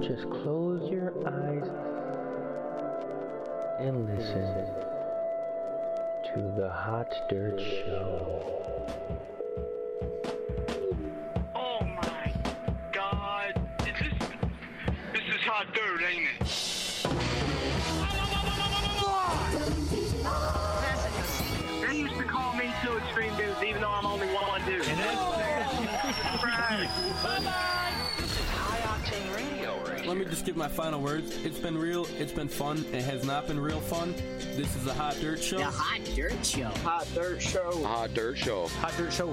Just close your eyes and listen to the Hot Dirt Show. Oh my god. Is this this is hot dirt, ain't it? They used to call me two extreme dudes, even though I'm only one one dude. right. Let me just give my final words. It's been real, it's been fun, it has not been real fun. This is a hot dirt show. The Hot Dirt Show. Hot dirt show. Hot Dirt Show.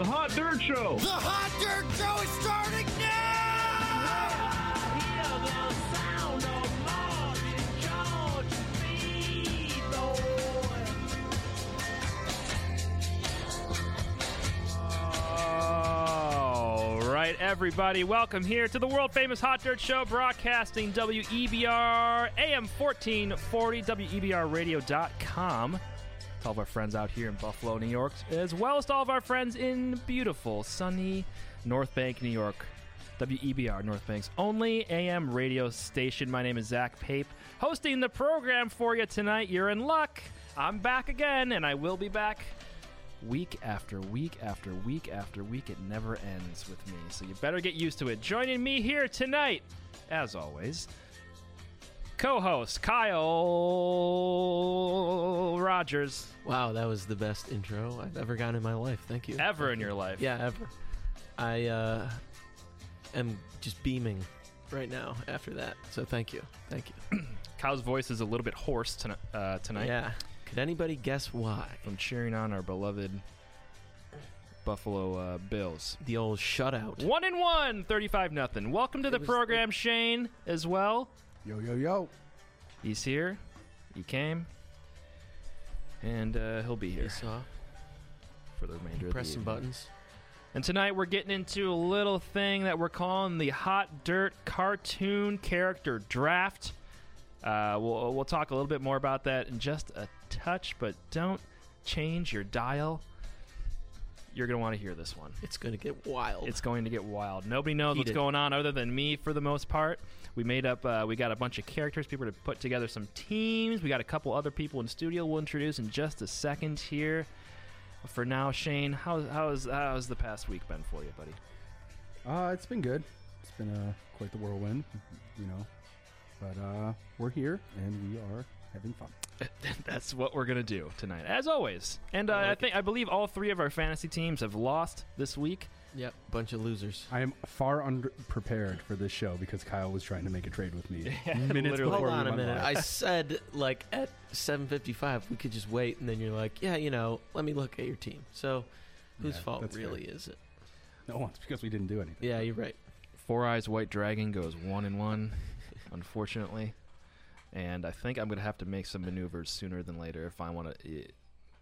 All right, everybody, welcome here to the world famous Hot Dirt Show, broadcasting E WEBR AM 1440, WEBRradio.com. To all of our friends out here in Buffalo, New York, as well as to all of our friends in beautiful, sunny North Bank, New York. WEBR, North Bank's only AM radio station. My name is Zach Pape, hosting the program for you tonight. You're in luck. I'm back again, and I will be back week after week after week after week. It never ends with me, so you better get used to it. Joining me here tonight, as always, co host Kyle Rogers, Wow, that was the best intro I've ever gotten in my life. Thank you. ever in your life. Yeah, ever. I uh, am just beaming right now after that. So thank you. Thank you. Kyle's voice is a little bit hoarse tonight. uh, tonight. Yeah. Could anybody guess why? From cheering on our beloved Buffalo uh, Bills. The old shutout. One and one, 35 nothing. Welcome to the program, Shane, as well. Yo, yo, yo. He's here. He came. And uh, he'll be You here saw? for the remainder of the Press some evening. buttons. And tonight we're getting into a little thing that we're calling the Hot Dirt Cartoon Character Draft. Uh, we'll, we'll talk a little bit more about that in just a touch, but don't change your dial. You're going to want to hear this one. It's gonna get wild. It's going to get wild. Nobody knows Heated. what's going on other than me for the most part. We made up, uh, we got a bunch of characters, people to put together some teams. We got a couple other people in studio we'll introduce in just a second here. For now, Shane, how, how's, how's the past week been for you, buddy? Uh, it's been good. It's been uh, quite the whirlwind, you know. But uh, we're here and we are having fun. That's what we're gonna do tonight, as always. And uh, I, think I believe all three of our fantasy teams have lost this week. yep. Bunch of losers. I am far unprepared for this show because Kyle was trying to make a trade with me minutes literally. before Hold we on a went minute. live. I said like at 7:55 we could just wait, and then you're like, yeah, you know, let me look at your team. So, whose Yeah, fault that's really is it? No, it's because we didn't do anything. Yeah, you're right. Four Eyes White Dragon goes one and one, unfortunately. And I think I'm gonna have to make some maneuvers sooner than later if I want to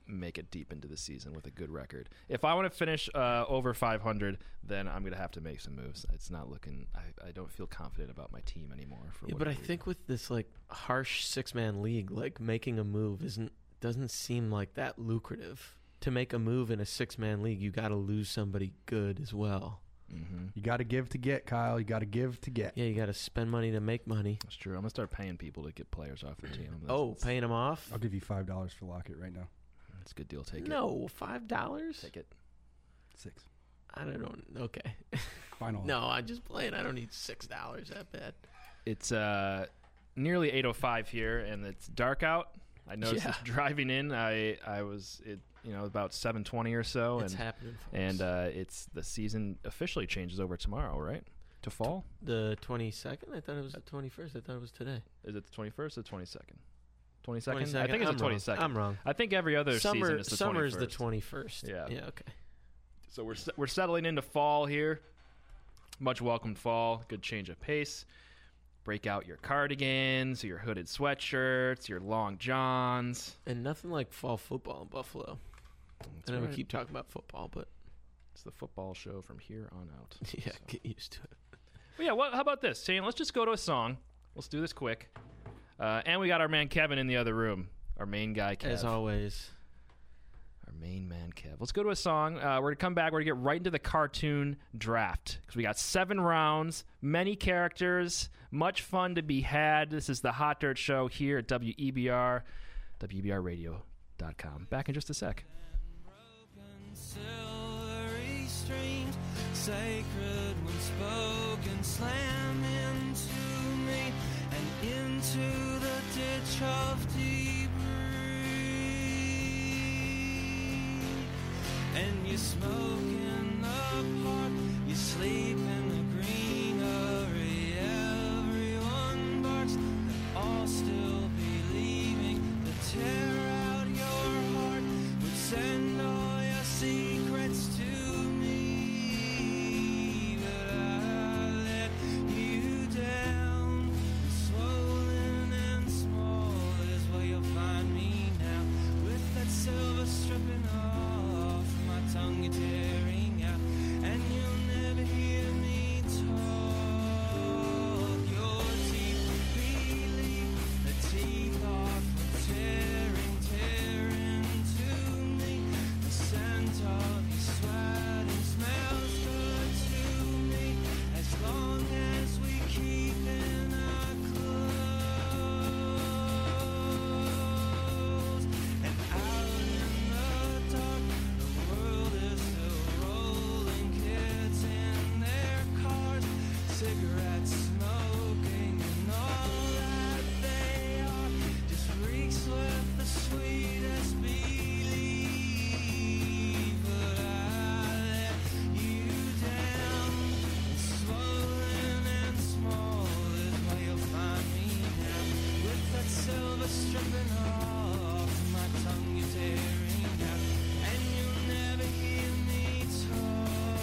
make it deep into the season with a good record. If I want to finish uh, over 500, then I'm gonna have to make some moves. It's not looking. I, I don't feel confident about my team anymore. For Yeah, but whatever I reason. think with this like harsh six man league, like making a move isn't doesn't seem like that lucrative. To make a move in a six man league, you got to lose somebody good as well. Mm-hmm. You got to give to get, Kyle. You got to give to get. Yeah, you got to spend money to make money. that's true. I'm gonna start paying people to get players off the team. That's, Oh, paying them off? I'll give you five dollars for Lockett right now. that's a good deal. Take it. No, five dollars. Take it. Six. I don't. Okay. Oh. Final. no, I'm just playing. I don't need six dollars that bad. It's uh, nearly 8:05 here, and it's dark out. I noticed Yeah. this driving in. I I was it you know about 7:20 or so, Oh, and it's happening. Folks. and uh, it's the season officially changes over tomorrow, right? To fall? the 22nd. I thought it was the 21st. I thought it was today. Is it the 21st or 22nd? 22nd. I 22nd. think it's I'm the wrong. 22nd. I'm wrong. I think every other season Summer. is the Summer 21st. is the 21st. Yeah. Yeah. Okay. So we're se- we're settling into fall here. Much welcomed fall. Good change of pace. Break out your cardigans, your hooded sweatshirts, your long johns. And nothing like fall football in Buffalo. I know right. we keep talking about football, but It's the football show from here on out. So- yeah, get used to it. Well, yeah. Well, how about this, Shane? Let's just go to a song. Let's do this quick. Uh, and we got our man Kevin in the other room. Our main guy, Kev. As always, Our main man, Kev. Let's go to a song. Uh, we're gonna come back. We're gonna get right into the cartoon draft because we got seven rounds, many characters, much fun to be had. This is the Hot Dirt Show here at E WEBR, E WEBRRadio.com. Back in just a sec. Silvery streams, sacred when spoken, slam into me and into the ditch of debris. And you smoke in the park, you sleep in the greenery. Everyone barks, they're all still believing. The tear out your heart would send all your secrets to me. But I let you down, swollen and small is where you'll find me now. With that silver stripping off my tongue, you're tearing out, and you'll never hear me talk. Your teeth believe the teeth are for tearing, tearing to me. The scent of your sweat it smells good to me. As long as we keep in our clothes. And out in the dark, the world is still rolling. Kids in their cars, cigarettes smoking, and all that they are just reeks with the sweetest belief. But I let you down, swollen and small is where you'll find me now. With that silver stripping off my tongue, you're tearing out, and you'll never hear me talk.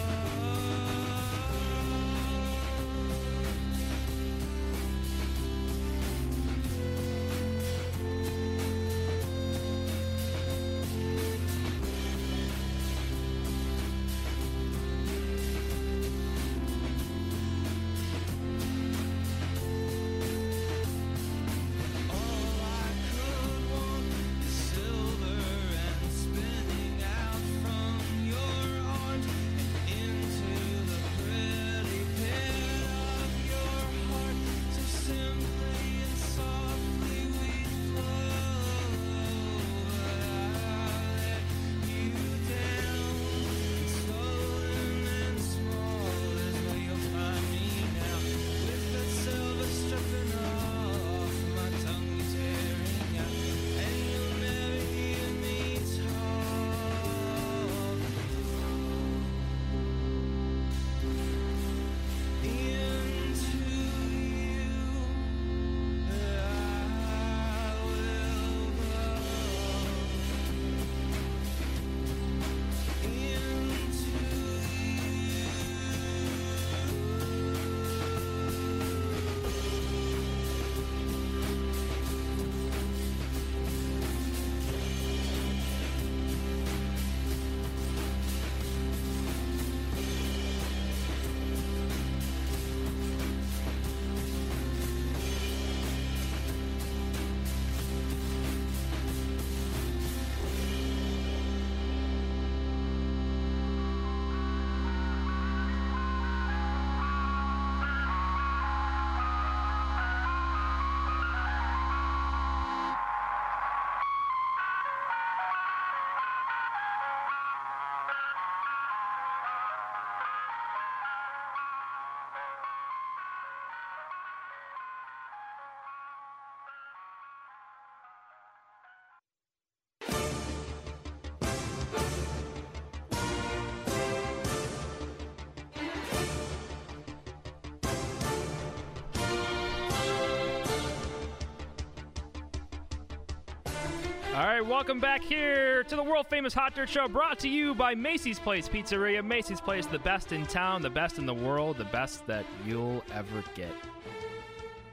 All right, welcome back here to the world famous Hot Dirt Show, brought to you by Macy's Place Pizzeria. Macy's Place, the best in town, the best in the world, the best that you'll ever get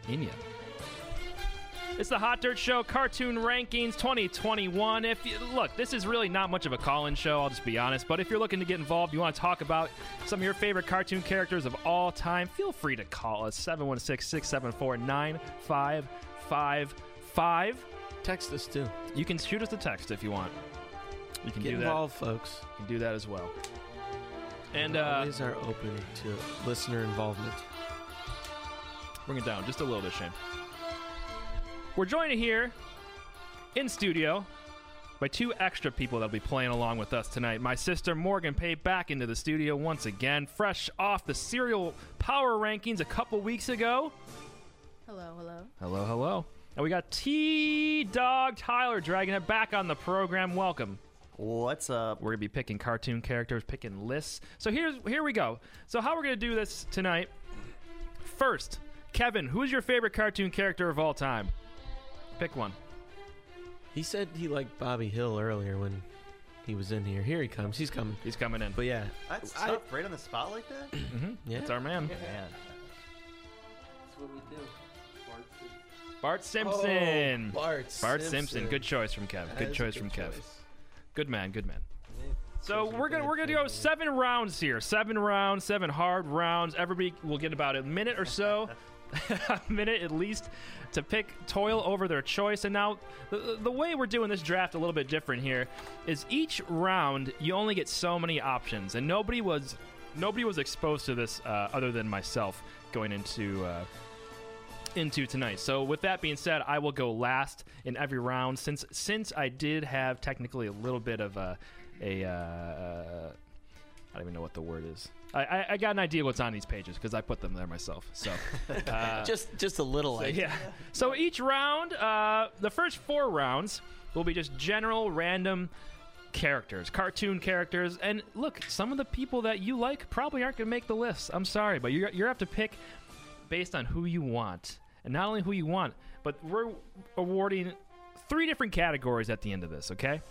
in you. It's the Hot Dirt Show Cartoon Rankings 2021. If you, look, this is really not much of a call-in show, I'll just be honest. But if you're looking to get involved, you want to talk about some of your favorite cartoon characters of all time, feel free to call us 716-674-9555. Text us too. You can shoot us a text if you want. You can Get do that. involved, folks. You can do that as well. And We uh, always are open to listener involvement. Bring it down just a little bit, Shane. We're joined here in studio by two extra people that'll be playing along with us tonight. My sister Morgan Pay back into the studio once again, fresh off the serial power rankings a couple weeks ago. Hello, hello. Hello, hello. And we got T Dog Tyler dragging it back on the program. Welcome. What's up? We're gonna be picking cartoon characters, picking lists. So here's here we go. So how we're gonna do this tonight? First, Kevin, who is your favorite cartoon character of all time? Pick one. He said he liked Bobby Hill earlier when he was in here. Here he comes. He's coming. He's coming in. But yeah, That's I- tough, right on the spot like that? yeah. That's our man, Man. Bart Simpson. Oh, Bart. Oh, Bart Simpson. Good choice from Kev. Good choice from Kev. Good man. Good man. So Chosen we're gonna good we're gonna go seven rounds here. Seven rounds, seven hard rounds. Everybody will get about a minute or so, a minute at least, to pick toil over their choice. And now the, the way we're doing this draft a little bit different here is each round you only get so many options, and nobody was nobody was exposed to this uh, other than myself going into. Uh, into tonight. So with that being said, I will go last in every round since since I did have technically a little bit of a a uh, I don't even know what the word is. I, I, I got an idea what's on these pages because I put them there myself. So uh, Just just a little. so, like, yeah. So each round, uh, the first four rounds will be just general random characters, cartoon characters, and look, some of the people that you like probably aren't going to make the list. I'm sorry, but you you have to pick based on who you want, and not only who you want, but we're awarding three different categories at the end of this. Okay.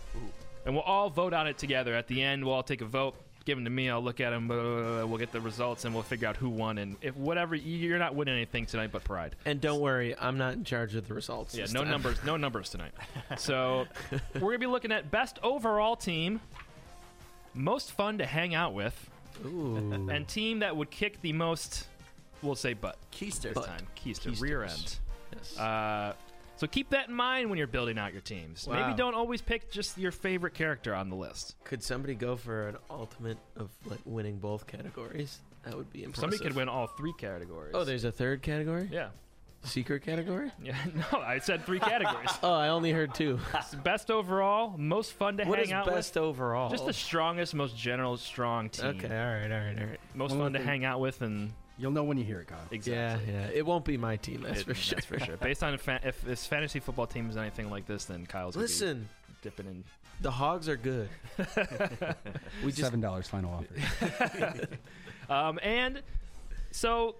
And we'll all vote on it together. At the end, we'll all take a vote. Give them to me. I'll look at them. We'll get the results, and we'll figure out who won. And if whatever you're not winning anything tonight, but pride. And don't worry, I'm not in charge of the results. Yeah, this no time. numbers, no numbers tonight. So we're gonna be looking at best overall team, most fun to hang out with, Ooh. and team that would kick the most. We'll say butt Keister. this time, keister, rear end. Keisters. Yes. Uh, so keep that in mind when you're building out your teams. Wow. Maybe don't always pick just your favorite character on the list. Could somebody go for an ultimate of like winning both categories? That would be impressive. Somebody could win all three categories. Oh, there's a third category. yeah, Secret category. yeah. No, I said three categories. Oh, I only heard two. It's best overall, most fun to what hang is out best overall? with, just the strongest, most general, strong team. okay. All right. All right. All right. most fun One more to thing. hang out with and You'll know when you hear it, Kyle. Yeah, exactly. yeah. It won't be my team. That's It- for sure. That's for sure. Based on fa- if this fantasy football team is anything like this, then Kyle's gonna be Listen, dipping in. the hogs are good. we just Seven dollars final offer. Um, and so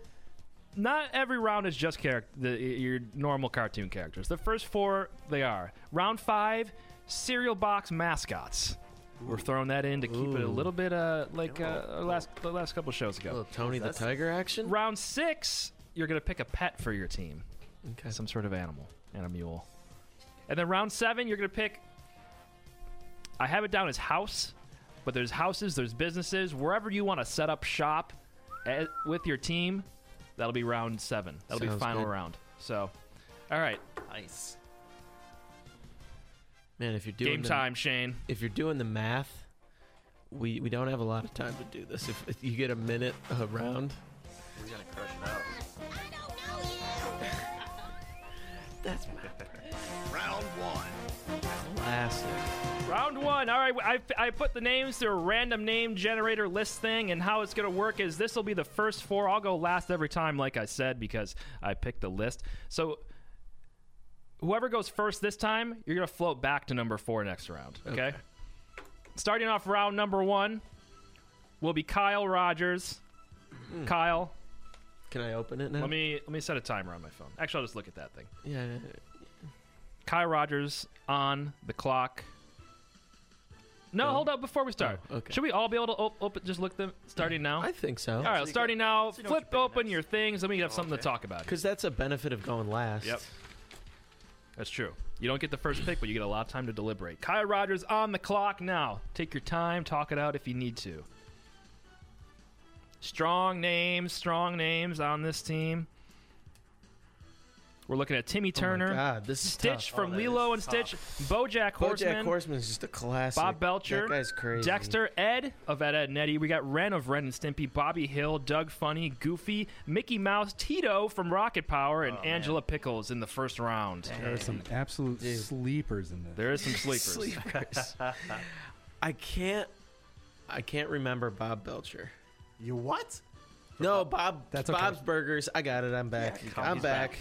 not every round is just character the, your normal cartoon characters. The first four they are. Round five, cereal box mascots. We're throwing that in to keep it a Ooh. little bit uh, like uh, our last the last couple shows ago. little Tony the That's- Tiger action. Round six, you're gonna pick a pet for your team. Okay. some sort of animal and a mule. And then round seven, you're gonna pick. I have it down as house, but there's houses, there's businesses, wherever you want to set up shop eh, with your team. That'll be round seven. That'll be Sounds final good. round. So, all right, Nice. Man, if you're doing game the- time, Shane. If you're doing the math, we we don't have a lot of time to do this. If, if you get a minute a round, We're gonna crush it out. that's Round one. classic. Round one. All right, I, I put the names through a random name generator list thing, and how it's going to work is this will be the first four. I'll go last every time, like I said, because I picked the list. So whoever goes first this time, you're going to float back to number four next round, okay? Starting off round number one will be Kyle Rogers. Kyle, Can I open it now? let me let me set a timer on my phone. Actually, I'll just look at that thing. Yeah. Kyle Rogers on the clock. No, Go. hold up before we start. Oh, okay. Should we all be able to op- open, just look them starting now? I think so. Oh. all right, you starting got- now. so you know what Flip you're picking open next. your things, and we have something to talk about. here. Because that's a benefit of going last. Oh Yep. That's true. You don't get the first pick, but you get a lot of time to deliberate. Kyle Rogers on the clock now. Take your time, talk it out if you need to. Strong names, strong names on this team. We're looking at Timmy Turner, God, this is Stitch tough. from Oh, that Lilo and is Stitch, BoJack Horseman, Bojack Horseman's just a classic. Bob Belcher, That guy's crazy. Dexter, Ed of Ed, Ed and Eddie. We got Ren of Ren and Stimpy, Bobby Hill, Doug Funny, Goofy, Mickey Mouse, Tito from Rocket Power, Oh, and Angela Pickles in the first round. There are some absolute sleepers in there. There is some sleepers. Sleepers. I can't. I can't remember Bob Belcher. You what? No, Bob. That's That's okay. Bob's Burgers. I got it. I'm back. Yeah, I'm he's back. back.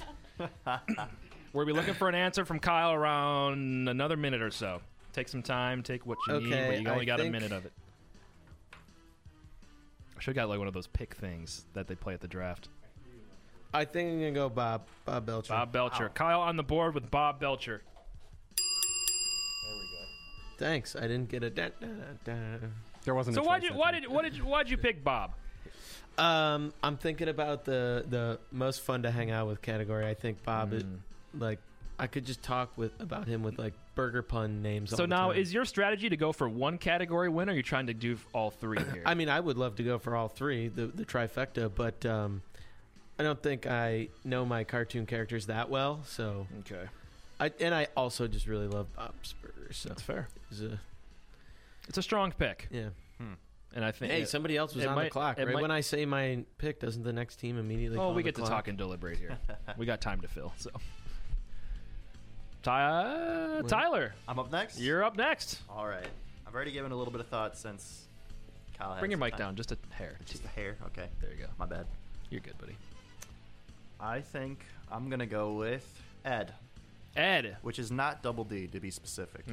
We'll be looking for an answer from Kyle around another minute or so. Take some time, take what you need, Okay, but you only I got a think- minute of it. I should have got like one of those pick things that they play at the draft. I think I'm gonna go Bob. Bob Belcher. Bob Belcher. Kyle on the board with Bob Belcher. Thanks. I didn't get a. Da, da, da, da. There wasn't. So a why choice did that why time. did why did why did you pick Bob? Um, I'm thinking about the the most fun to hang out with category. I think Bob, it, Hmm. like, I could just talk with about him with like burger pun names. all So the now time. is your strategy to go for one category win or are you trying to do f- all three here? I mean, I would love to go for all three, the the trifecta, but um, I don't think I know my cartoon characters that well. So okay. I and I also just really love Bob's Burgers. So fair. it was a- It's a strong pick. yeah. And I think Hey, somebody else was it on the might- clock. it Right might- when I say my pick, doesn't the next team immediately? Oh, call we the get to clock? talk and deliberate here. we got time to fill. So, Ty- uh, Well- Tyler, I'm up next. you're up next. All right. I've already given a little bit of thought since Kyle. had Bring your some mic time. down just a hair. Just a hair. Okay. There you go. My bad. You're good, buddy. I think I'm gonna go with Ed, Ed, which is not double D to be specific.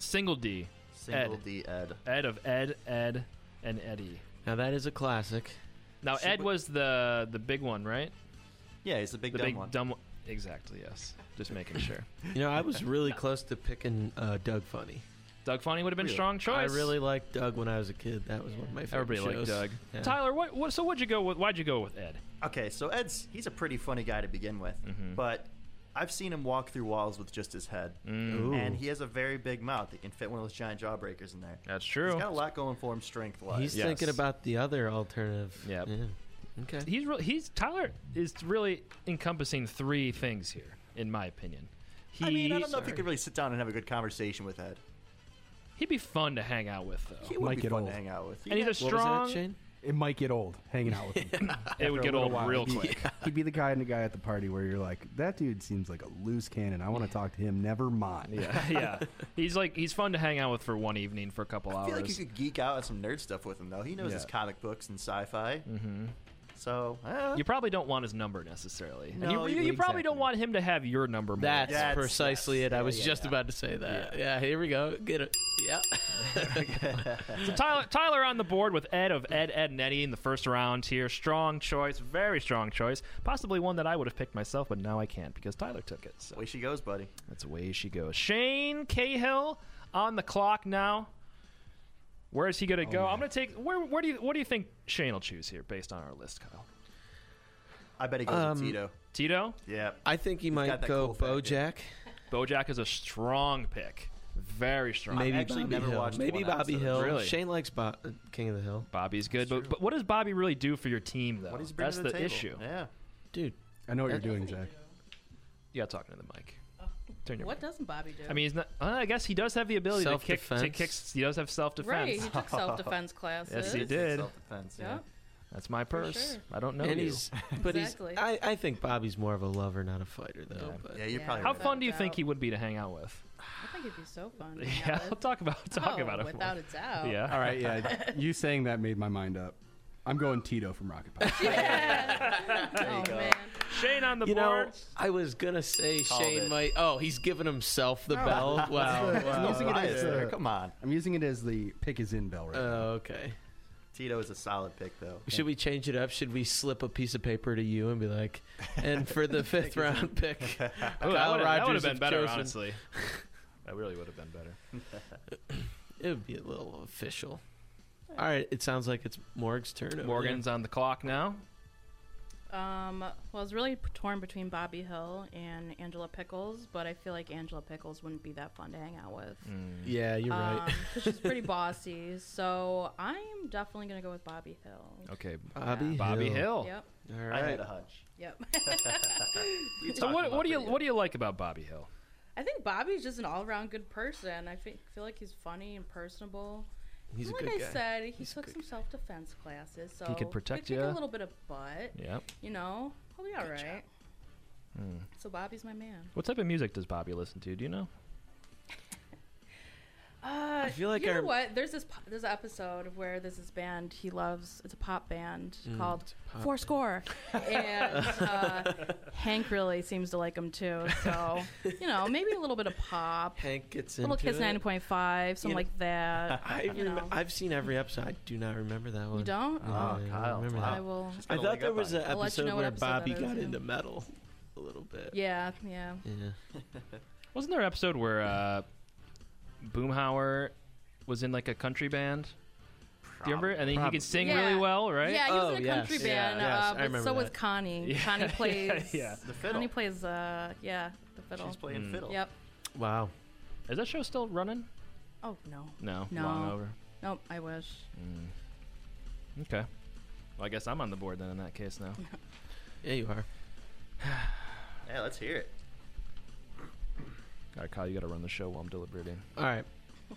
single D. Single Mm-hmm. Ed. D Ed. Ed of Ed, Ed, and Eddie. Now that is a classic. Now So Ed what- was the the big one, right? Yeah, he's the big The dumb big one. dumb one. Exactly. Yes. Just making sure. You know, I was really close to picking uh, Doug Funny. Doug Funny would have been Really? strong choice. I really liked Doug when I was a kid. That was one of my favorite Everybody liked shows. Doug. Yeah. Tyler, what, what? So what'd you go with? Why'd you go with Ed? Okay, so Ed's he's a pretty funny guy to begin with, Mm-hmm. but I've seen him walk through walls with just his head, Mm. and he has a very big mouth that can fit one of those giant jawbreakers in there. That's true. He's got a lot going for him strength wise. He's Yes. thinking about the other alternative. Yep. Yeah. Okay. he's really he's Tyler is really encompassing three things here, in my opinion. He, I mean, I don't know if you could really sit down and have a good conversation with Ed. he'd be fun to hang out with though, He would Might be get fun old. to hang out with. and he's a What was that, strong. Shane? it might get old hanging out with him? It would After a get little old while, real he'd be- quick. He'd be the guy and the guy at the party where you're like, that dude seems like a loose cannon. I want to talk to him. Never mind. yeah, yeah. He's like he's fun to hang out with for one evening for a couple I hours. feel like you could geek out on some nerd stuff with him, though. He knows his Yeah. comic books and sci-fi. Mm-hmm. So eh, You probably don't want his number necessarily, and No, you, you, you- you probably don't exactly. want him to have your number. More. That's Yes, precisely yes. it. I Yeah, was yeah, just yeah. about to say that. Yeah. Here we go. Get it. Yeah. So Tyler, Tyler on the board with Ed of Ed, Ed, and Eddie in the first round here. Strong choice, very strong choice. Possibly one that I would have picked myself, but now I can't because Tyler took it. So. away she goes, buddy. That's away she goes. Shane Cahill on the clock now. Where is he going to Oh, go? I'm going to take. Where, where do you what do you think Shane will choose here based on our list, Kyle? I bet he goes Um, with Tito. Tito, Yeah. I think he got might that go cool factor. Bojack. BoJack is a strong pick, very strong. Maybe actually Bobby never Hill. watched Maybe one Bobby episode. Hill. Really? Shane likes Bo- uh, King of the Hill. Bobby's good, but, but what does Bobby really do for your team though? What he's bringing That's to the, the, table. issue. Yeah. Dude. I know what you're doing, Zach. Yeah, talking to the mic. Turn your. Oh. What mic. doesn't Bobby do? I mean, he's not. uh, I guess he does have the ability to kick. To Self-defense. kick. He does have self right? defense. He took self-defense classes. Yes, he It's did. Self-defense. Yeah. Yeah. That's my purse. sure. I don't know. and you. he's, but Exactly. he's. I, I think Bobby's more of a lover, not a fighter, though. But Yeah, you're Yeah. probably How right. fun do you Without think doubt. he would be to hang out with? I think it'd be so fun. to hang Yeah, out I'll with. talk about talk Oh, about it. more. without a doubt. Yeah. All right, yeah. you saying that made my mind up. I'm going Tito from Rocket Power. Oh man. Shane on the You know, board. I was gonna say Called Shane it. Oh. might. Oh, he's giving himself the bell. Wow. I'm using it Right as there, a- Come on. I'm using it as the pick is in bell right Oh, now. okay. Tito is a solid pick, though. Should we change it up? Should we slip a piece of paper to you and be like, and for the fifth round pick, Ooh, that Kyle would've- that would have Rogers been of better, Chosen. honestly. That really would have been better. it would be a little official. All right, it sounds like it's Morg's turn. over Morgan's on the clock now. Um, well, I was really p- torn between Bobby Hill and Angela Pickles, but I feel like Angela Pickles wouldn't be that fun to hang out with. Yeah, you're right. Um, 'cause she's pretty bossy, so I'm definitely gonna go with Bobby Hill. Okay. Bobby Bobby Hill. Hill. Yep, All I right. had a hunch. yep. We So talked what, about what do you pretty what do you like about Bobby Hill? I think Bobby's just an all-around good person. I fe- feel like he's funny and personable. He's a like good I guy. said, he He's a took good some self-defense classes, so could he'll protect kick ya. a little bit of butt. Yeah. You know, he'll be all right. Hmm. So Bobby's my man. What type of music does Bobby listen to? Do you know? Uh, feel like you know I- what? There's this po- there's an episode where there's this band he loves. It's a pop band called pop Four Score, and uh, Hank really seems to like him too. So you know, maybe a little bit of pop, Hank gets into little Kiss it. ninety point five, something You know- like that. I you know. have seen every episode. I do not remember that one. you don't? No, I Oh, don't Kyle. remember Wow. I will. She's I gonna thought leg there up was on an I'll let you episode know what where episode Bobby that is, got yeah. into metal a little bit. Yeah, yeah. Yeah. Wasn't there an episode where uh, Boomhauer was in like a country band? Do you remember? And then he Probably. could sing Yeah. really well, right? Yeah, he was Oh, in a yes. country Yeah, band, yes, I uh, but remember so was that. Connie. Yeah, Connie yeah, plays. yeah. The fiddle. Connie plays. Uh, yeah, the fiddle. She's playing fiddle. Yep. Wow. Hmm. Is that show still running? Oh no. No, No. long over. Nope. I wish. Okay. Well, I guess I'm on the board then in that case now. Yeah, you are. Yeah, let's hear it. All right, Kyle, you got to run the show while I'm deliberating. All right.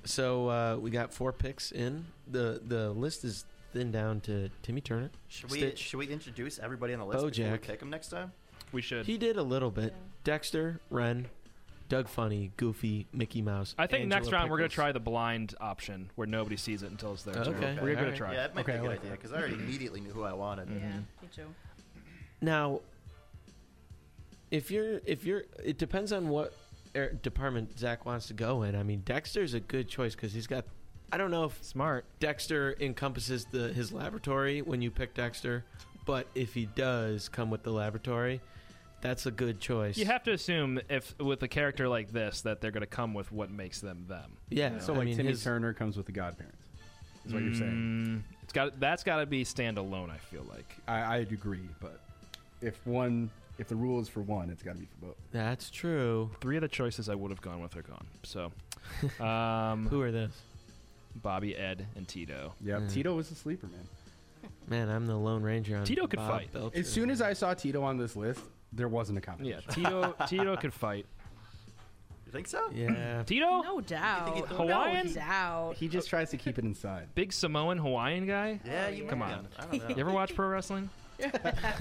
So uh, we got four picks in. the The list is thinned down to Timmy Turner. Should we Stitch. should we introduce everybody on the list before we Bojack. pick them next time? We should. He did a little bit. Yeah. Dexter, Ren, Doug Funny, Goofy, Mickey Mouse. I think Angela next round we're gonna Pickles. try the blind option where nobody sees it until it's there. Okay. We're gonna Alright. try. it. Yeah, that might Okay, be a I good like idea that. because I already immediately knew who I wanted. Mm-hmm. Yeah, me too. Now, if you're if you're, it depends on what er, department Zach wants to go in. I mean, Dexter's a good choice because he's got. I don't know if Smart. Dexter encompasses the his laboratory when you pick Dexter, but if he does come with the laboratory, that's a good choice. You have to assume if with a character like this that they're gonna come with what makes them them. yeah. So I like mean, Timmy his- Turner comes with the godparents. Is what you're saying. Mm, it's got that's got to be standalone. I feel like. I, I'd agree, but if one, if the rule is for one, it's got to be for both. That's true. Three of the choices I would have gone with are gone. So, um, Who are those? Bobby, Ed, and Tito. Yeah, Mm. Tito was a sleeper, man. Man, I'm the Lone Ranger on Tito could Bob fight. Belcher. As soon as I saw Tito on this list, there wasn't a Yeah, competition. Tito. Tito could fight. You think so? yeah. Tito, No doubt. he thought- No Hawaiian? doubt. He just tries to keep it inside. big Samoan Hawaiian guy. Yeah, you Come might on. be I don't know. You ever watch pro wrestling?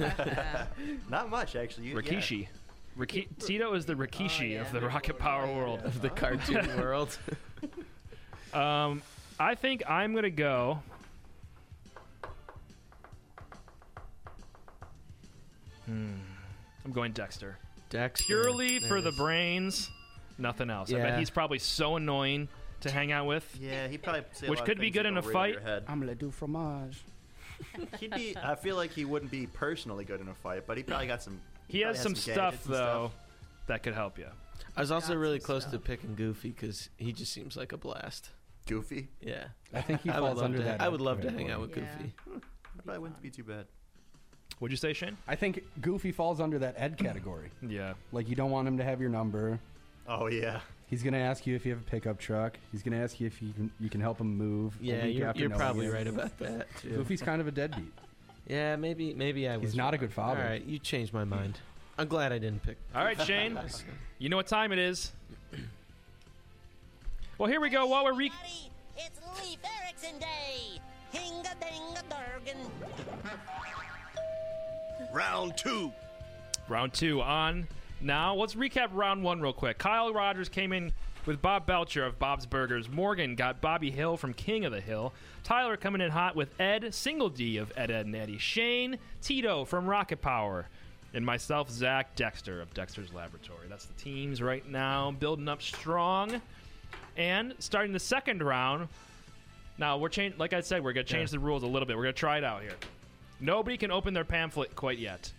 Not much actually. You, yeah. Oh, Rikishi. Riki- Tito is the Rikishi yeah. of the Rocket Power world. Of the cartoon world. Um, I think I'm gonna go. Hmm. I'm going Dexter Dexter. purely There for it the is. brains, nothing else. I bet Yeah. he's probably so annoying to hang out with. Yeah, he probably say a Which lot of could be things good that in go a right over fight. your head. I'm gonna do fromage. He'd be. I feel like he wouldn't be personally good in a fight, but he probably got some. He probably has some stuff gadgets and though that could help you. I was also Got really some close to stuff. picking Goofy because he just seems like a blast. Goofy. Yeah. I think he I would falls love under to, that. I would love to hang out with Yeah. Goofy. Probably wouldn't be too bad. Would you say Shane? I think Goofy falls under that Ed category. Yeah. Like you don't want him to have your number. Oh yeah. He's gonna ask you if you have a pickup truck. He's gonna ask you if you can you can help him move. a Yeah, week you're, after you're knowing probably him. right about that. Too. Goofy's kind of a deadbeat. Yeah, maybe maybe I was. not a wrong. good father. All right, you changed my mind. I'm glad I didn't pick. All right, Shane. You know what time it is. Well, here we go. While we're re- Everybody, It's Leif Erikson Day! Hinga dinga dergen. Round two. Round two on now. Let's recap round one real quick. Kyle Rogers came in with Bob Belcher of Bob's Burgers. Morgan got Bobby Hill from King of the Hill. Tyler coming in hot with Ed Single D of Ed, Ed, and Eddie. Shane Tito from Rocket Power. And myself, Zach Dexter of Dexter's Laboratory. That's the teams right now, building up strong. And starting the second round. Now we're changing. Like I said, we're gonna change the rules a little bit. We're gonna try it out here. Nobody can open their pamphlet quite yet,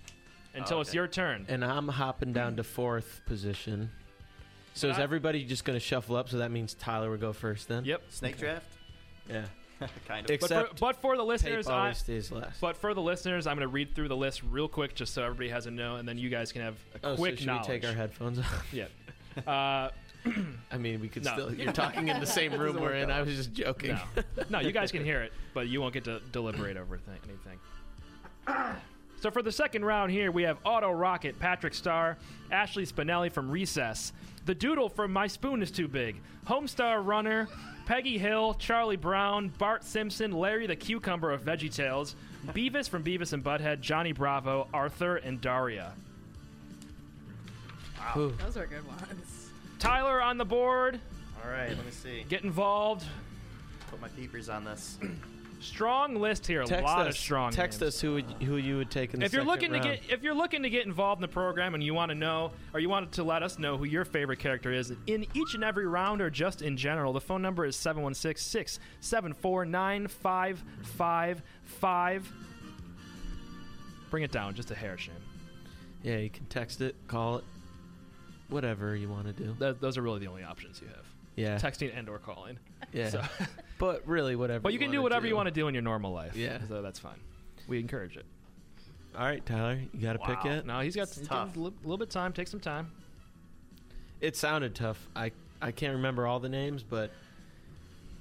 until it's your turn. And I'm hopping down to fourth position. So is I- Uh, everybody just going to shuffle up? So that means Tyler would go first then. Yep. Snake draft. Yeah. kind of. But for, Except but for the listeners, Tape I, always stays last. but for the listeners, I'm going to read through the list real quick just so everybody has a know, and then you guys can have a oh, quick so should knowledge. we take our headphones off? yeah. Uh, I mean, we could No. still. You're talking in the same room we're in. I was just joking. no. no, you guys can hear it, but you won't get to deliberate over th- anything. So for the second round here, we have Auto Rocket, Patrick Starr, Ashley Spinelli from Recess, The Doodle from My Spoon Is Too Big, Homestar Runner, Peggy Hill, Charlie Brown, Bart Simpson, Larry the Cucumber of VeggieTales, Beavis from Beavis and Butthead, Johnny Bravo, Arthur, and Daria. Those are good ones. Tyler on the board, All right, let me see. get involved. Put my peepers on this. Strong list here, a Text lot us. of strong. text names. us who would, who you would take in the if you're looking second to round. get if you're looking to get involved in the program and you want to know or you wanted to let us know who your favorite character is in each and every round or just in general the phone number is 716-674-9555 bring it down just a hair shane yeah, you can text it, call it, whatever you want to do. Th- those are really the only options you have Yeah, texting and or calling yeah. so- but really, whatever. but you can do wanna whatever you want to do in your normal life Yeah. so that's fine we encourage it All right, Tyler, you got to pick Wow. it. no he's got It's he's got Uh, a tough. li- little bit of time take some time It sounded tough. I I can't remember all the names, but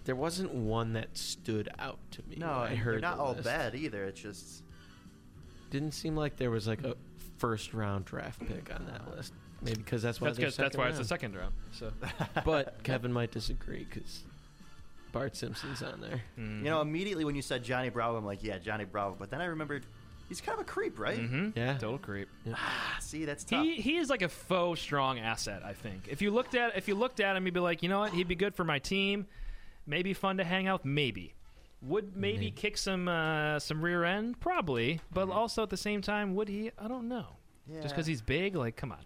there wasn't one that stood out to me. No, when I and heard they're not the all list. bad either. It's just Didn't seem like there was like a first round draft pick on that list. Maybe because that's why that's they're good that's why it's the second second round so round. But Kevin might disagree because Bart Simpson's on there. Mm. you know immediately when you said Johnny Bravo, I'm like, yeah, Johnny Bravo. But then I remembered he's kind of a creep, right? hmm Yeah. total creep Ah, see, that's tough. He he is like a faux strong asset. I think if you looked at if you looked at him, you'd be like, you know what, he'd be good for my team. Maybe fun to hang out. with, Maybe would maybe, Maybe. kick some uh, some rear end, probably. But also at the same time, would he? I don't know. Just because Yeah. he's big, like come on.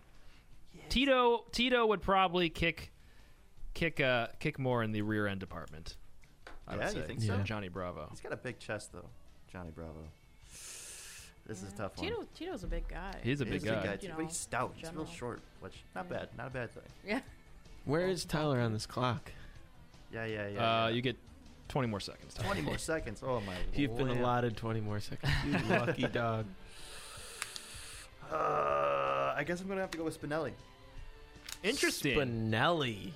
Tito Tito would probably kick kick uh kick more in the rear end department. I would Yeah, say. you think so? than Johnny Bravo. he's got a big chest though, Johnny Bravo. This is a tough one. Tito, Tito's a big guy. He's a He big is guy. too, You but know, he's stout. He's real general. short, which not Yeah. bad, not a bad thing. yeah. Where is Tyler on this clock? Yeah, yeah, yeah. uh, yeah. you get twenty more seconds. Tyler. 20 more seconds. Oh my. You've been lamb. allotted 20 more seconds. You lucky dog. Uh, I guess I'm gonna have to go with Spinelli. Interesting. Spinelli.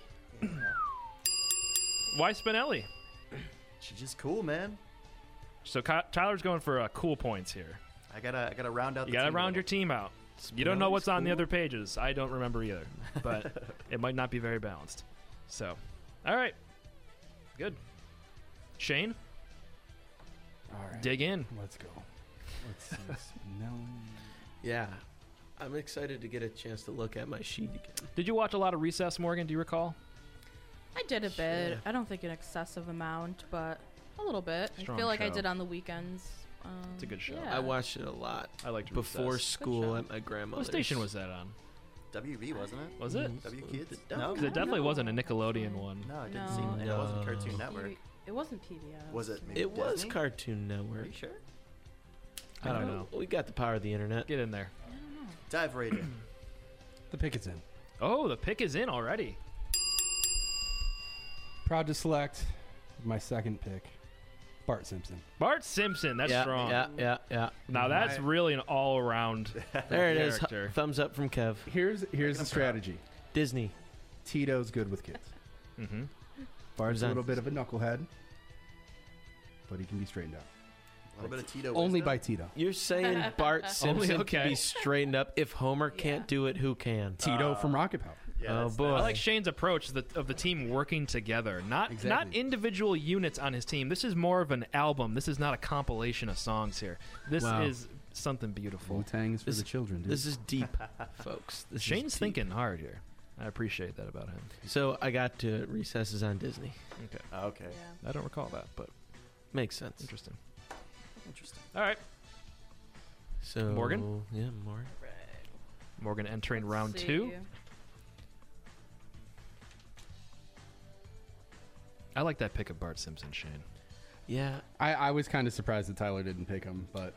Why Spinelli? She's just cool, man. So Ky- Tyler's going for uh, cool points here. I gotta, I gotta round out. You the gotta team a round your little. team out. You don't know what's on the cool. other pages. I don't remember either, but it might not be very balanced. So, all right, good. Shane, All right. dig in. Let's go. Let's see. Spinelli. Yeah. I'm excited to get a chance to look at my sheet again. Did you watch a lot of Recess, Morgan? Do you recall? I did a bit. Yeah. I don't think an excessive amount, but a little bit. Strong I feel like I show. did on the weekends. Um, It's a good show. yeah. I watched it a lot I liked before Recess. school show. at my grandmother's. What station was that on? WB, wasn't it? Was it? Mhm. W Kids? No. No, 'Cause it don't definitely know. wasn't a Nickelodeon one. no, it didn't No. seem. Like it. It wasn't Cartoon No. Network. PB It wasn't PBS. Was it? Maybe It was Disney? Cartoon Are Network. you sure? I don't know. We got the power of the internet. Get in there. Dive right in. The pick is in. Oh, the pick is in already. Proud to select my second pick, Bart Simpson. Bart Simpson. That's yeah, strong. Yeah, yeah, yeah. Now that's really an all-around. There it is. Character. Hu- Thumbs up from Kev. Here's here's the strategy. Disney. Tito's good with kids. Mhm. Bart's a Resign. little bit of a knucklehead, but he can be straightened out. A little bit of Tito. Only wisdom. by Tito. You're saying Bart Simpson okay. can be straightened up. If Homer can't do it, who can? Uh, Tito from Rocket Power. Yeah, oh that's- boy. I like Shane's approach of the, of the team working together, not not Exactly. individual units on his team. This is more of an album. This is not a compilation of songs here. This Wow. is something beautiful. Wu Tang is for the children, dude. This is deep, folks. This is Shane's deep. thinking hard here. I appreciate that about him. So I got to recesses on Disney. Okay, Oh, okay. Yeah. I don't recall that, but Makes sense. interesting. Interesting. All right, So Morgan? Yeah, Morgan. Morgan entering round See two. you. I like that pick of Bart Simpson, Shane. Yeah, I, I was kind of surprised that Tyler didn't pick him, but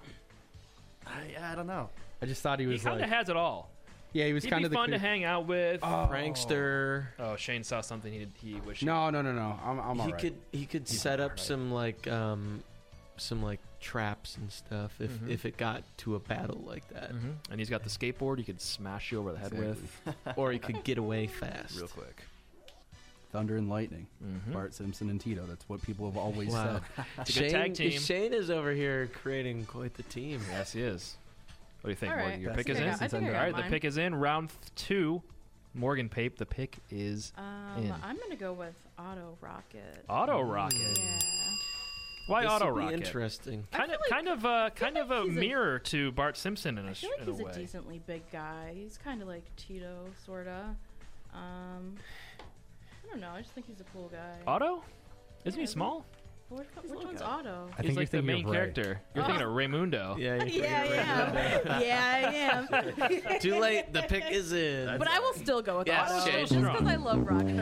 I, I don't know. I just thought he He was kind of like has it all. Yeah, he was He'd kind be of the fun to creep- hang out with. prankster. Oh, Shane saw something he he wished. No, no, no, no. I'm, I'm he alright. could he could set up some like um some like traps and stuff if Mm-hmm. if it got to a battle like that, And he's got the skateboard you could smash you over the head with or he could get away fast. Mm-hmm. real quick. Mm-hmm. Thunder and lightning. Bart Simpson and Tito. That's what people have always Wow. said. a good Shane, tag team. Shane is over here creating quite the team. Yes, he is. What do you think? All right. Morgan? Your That's pick is the in. guy. I think I All got right, the mine. pick is in. Round th- two. Morgan Pape, the pick is in. Um, I'm gonna go with Auto Rocket. Auto Rocket. Yeah. Why This Auto will be Rocket? Interesting. Kind I of, feel like- kind of, uh, kind like of a he's a- mirror to Bart Simpson in a, I sh- feel like in a he's a way. decently big guy. He's kind of like Tito, sorta. Um, I don't know. I just think he's a cool guy. Auto? Isn't he Yeah, small? Which, which one's Auto? I He's think like the you're thinking main of Ray. character. You're thinking of Raymundo. Yeah. you Yeah, yeah, yeah, I am. Too late. The pick is in. But I will still go with Yes, Auto, Jay, just because strong. I love Rocket.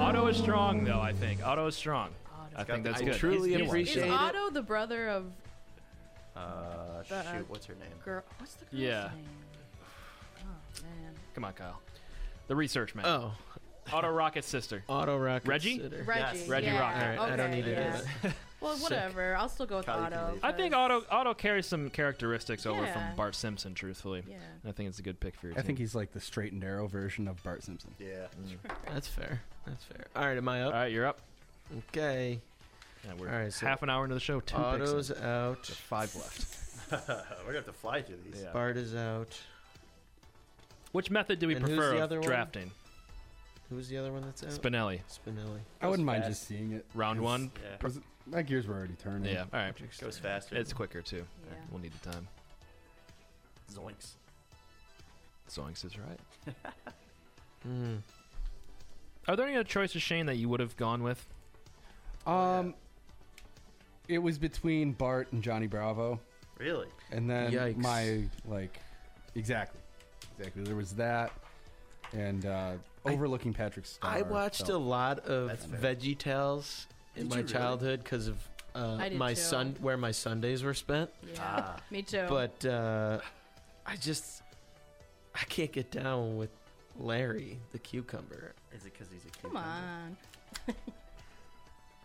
Auto is strong, though. I think Auto is strong. I think that's I good. He's- truly he's- Is appreciate it. Otto the brother of Uh, uh, shoot, what's her name? girl? What's the girl's Yeah. name? Oh man, Come on, Kyle. The research man. Oh, Auto Rocket's sister. auto rocket. Reggie? sitter. Reggie. Reggie yeah. Rocket. Alright, I don't Okay, need it. yeah. Well, whatever. I'll still go with Kyle, you can Otto. leave. I think 'cause- Auto Auto carries some characteristics over Yeah. from Bart Simpson, truthfully. Yeah. And I think it's a good pick for your I team. think he's like the straight and narrow version of Bart Simpson. Yeah. That's fair. That's fair. All right, am I All up? Uh, right, you're up. Okay. And we're All right, so half an hour into the show. Two Auto's picks. out. in. Five left. We're gonna have to fly through these. Yeah. Bart is out. Which method do we And who's prefer the of other one? Uh, drafting? Who's the other one that's out? Spinelli. Spinelli. I wouldn't mind fast. just seeing it. Round one. Yeah. Was it- My gears were already turning. Yeah. All right. Goes faster. It's quicker too. Yeah. We'll need the time. zoinks. Zoinks is right. Are there any other choices, Shane, that you would have gone with? Um, it was between Bart and Johnny Bravo, Really? and then Yikes. my like, exactly, exactly. There was that, and uh, overlooking Patrick Star. I watched a so- lot of Oh. That's fair. Veggie Tales in Did my you really? childhood because of uh, I did my too. Oh. sun where my Sundays were spent. Yeah. Ah. Me too. But uh, I just I can't get down with Larry the cucumber. Is it because he's a cucumber? come on.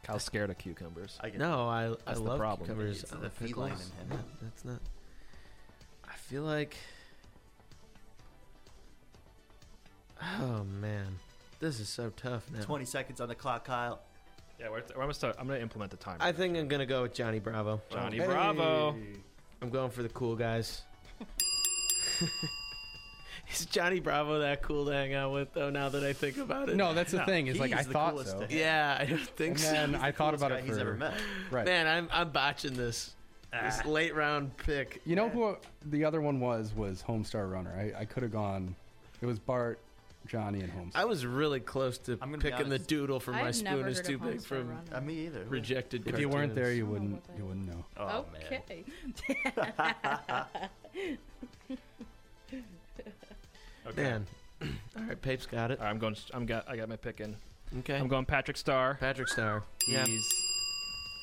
Kyle's scared of cucumbers. I can No, I I That's the love problem. cucumbers. It's I the love feline pickles. in him. No, that's not. I feel like. Oh man, this is so tough now. 20 seconds on the clock, Kyle. Yeah, we're, we're almost. I'm gonna implement the timer. I think I'm gonna go with Johnny Bravo. Johnny Hey. Bravo. I'm going for the cool guys. Is Johnny Bravo that cool to hang out with though? Now that I think about it, No, that's the thing. Is like he's I the thought coolest so. thing. Yeah, I don't think And so. then I thought about it Guy for he's ever met. Ah. right. Man, I'm I'm botching this. This late round pick. You know who the other one was? Was Homestar Runner. I, I could have gone. It was Bart, Johnny, and Homestar. I was really close to I'm gonna be picking the honest. doodle for my I've spoon never is heard too of big Homestar from Runner. Uh, me either. rejected. if you weren't there, you know wouldn't. what that You is. wouldn't know. Oh, man. okay. Okay. man. All right, Pape's got it. All right, I'm going. I'm got. I got my pick in. Okay, I'm going Patrick Starr. Patrick Star. Yeah, He's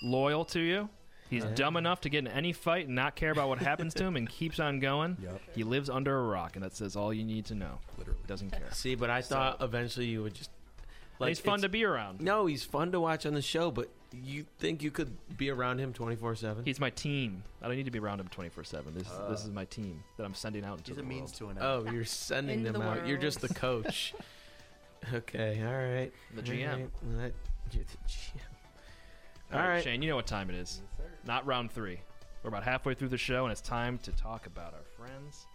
loyal to you. He's dumb enough to get in any fight and not care about what happens to him and keeps on going. Yep. He lives under a rock, and that says all you need to know. Literally. Doesn't care. see, but I thought eventually you would just Like, he's fun it's- to be around. No, he's fun to watch on the show, but you think you could be around him 24 7? He's my team. I don't need to be around him 24 7. This, is this is my team that I'm sending out into He's the a means world. to an end. Oh, you're sending In them the out. You're world. just the coach. okay, all right. The all GM. right, well, that- you're the GM. All right, Alright. Shane, you know what time it is. Not round three. We're about halfway through the show, and it's time to talk about our friends.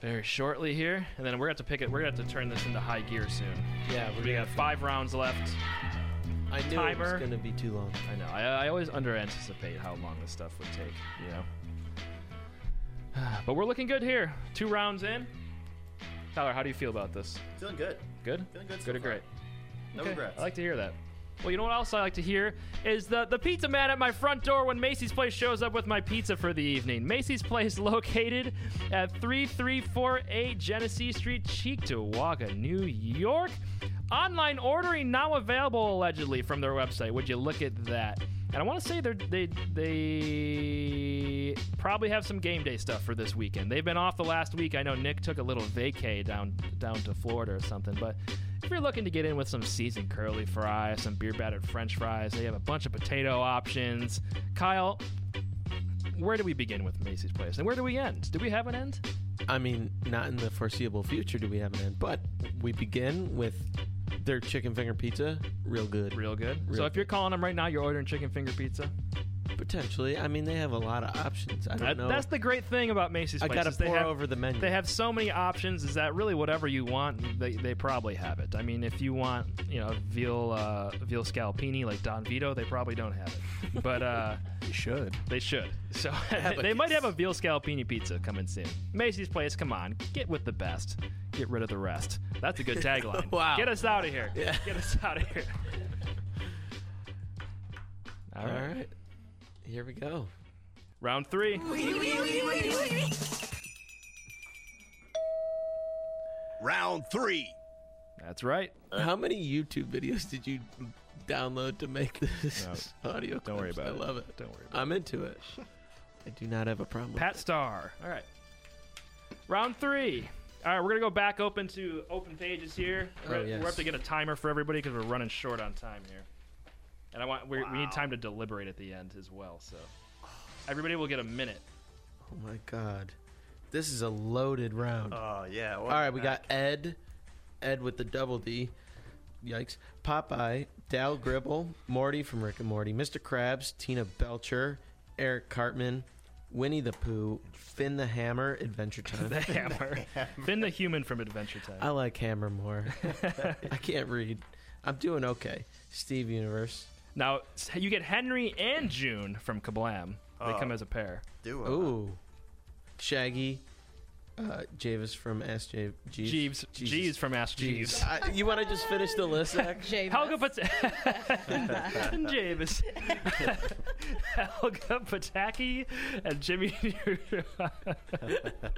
Very shortly here, and then we're gonna have to pick it. We're gonna have to turn this into high gear soon. Yeah, we're We got five rounds left. I knew it timer. was going to be too long. I know. I, I always under anticipate how long this stuff would take, you know. But we're looking good here. Two rounds in. Tyler, how do you feel about this? Feeling good. Good. Feeling good so Good or far. great? No Okay, regrets. I like to hear that. Well, you know what else I like to hear is the the pizza man at my front door when Macy's Place shows up with my pizza for the evening. Macy's Place located at 3348 Genesee Street, Cheektowaga, New York. Online ordering now available allegedly from their website. Would you look at that? And I want to say they they they probably have some game day stuff for this weekend. They've been off the last week. I know Nick took a little vacay down down to Florida or something. But if you're looking to get in with some seasoned curly fries, some beer battered French fries, they have a bunch of potato options. Kyle, where do we begin with Macy's Place, and where do we end? Do we have an end? I mean, not in the foreseeable future do we have an end, but we begin with their chicken finger pizza, real good. Real good. so Real if you're calling them right now, you're ordering chicken finger pizza. Potentially, I mean, they have a lot of options. I don't That- know. That's the great thing about Macy's. I Place, gotta is they pour have- over the menu. They have so many options. Is that really whatever you want? They, they probably have it. I mean, if you want, you know, veal uh, veal scallopini like Don Vito, they probably don't have it. But uh, You should. they should. So they might have a veal scallopini pizza coming soon. Macy's Place, come on, get with the best, get rid of the rest. That's a good tagline. Wow. Get us out of here. Yeah. Get us out of here. All All right. right, here we go. Round three. Round three. That's right. How many YouTube videos did you download to make this audio? Don't worry clips? about I it. love it. Don't worry about I'm into it. I do not have a problem. Pat Star. All right. Round three. All right, we're gonna go back open to open pages here. We're, Oh, yes. we're up to get a timer for everybody because we're running short on time here, and I want we we need time to deliberate at the end as well. So everybody will get a minute. Oh my god, this is a loaded round. Oh yeah. All right, we got Ed, Ed with the double D. Yikes. Popeye, Dal Gribble, Morty from Rick and Morty, Mr. Krabs, Tina Belcher, Eric Cartman, Winnie the Pooh, Finn the Hammer, Adventure Time. The hammer. Finn the human from Adventure Time. I like Hammer more. I can't read. I'm doing okay. Steve Universe. now s- you get Henry and June from Kablam. They come as a pair. Do it. Ooh. Shaggy, uh, Javis from Ask Jeeves. Jeeves, Jesus. Jeeves from Ask Jeeves. I, you want to just finish the list, Zach? Javis. Helga Pat- and Javis. Helga Pataki and Jimmy.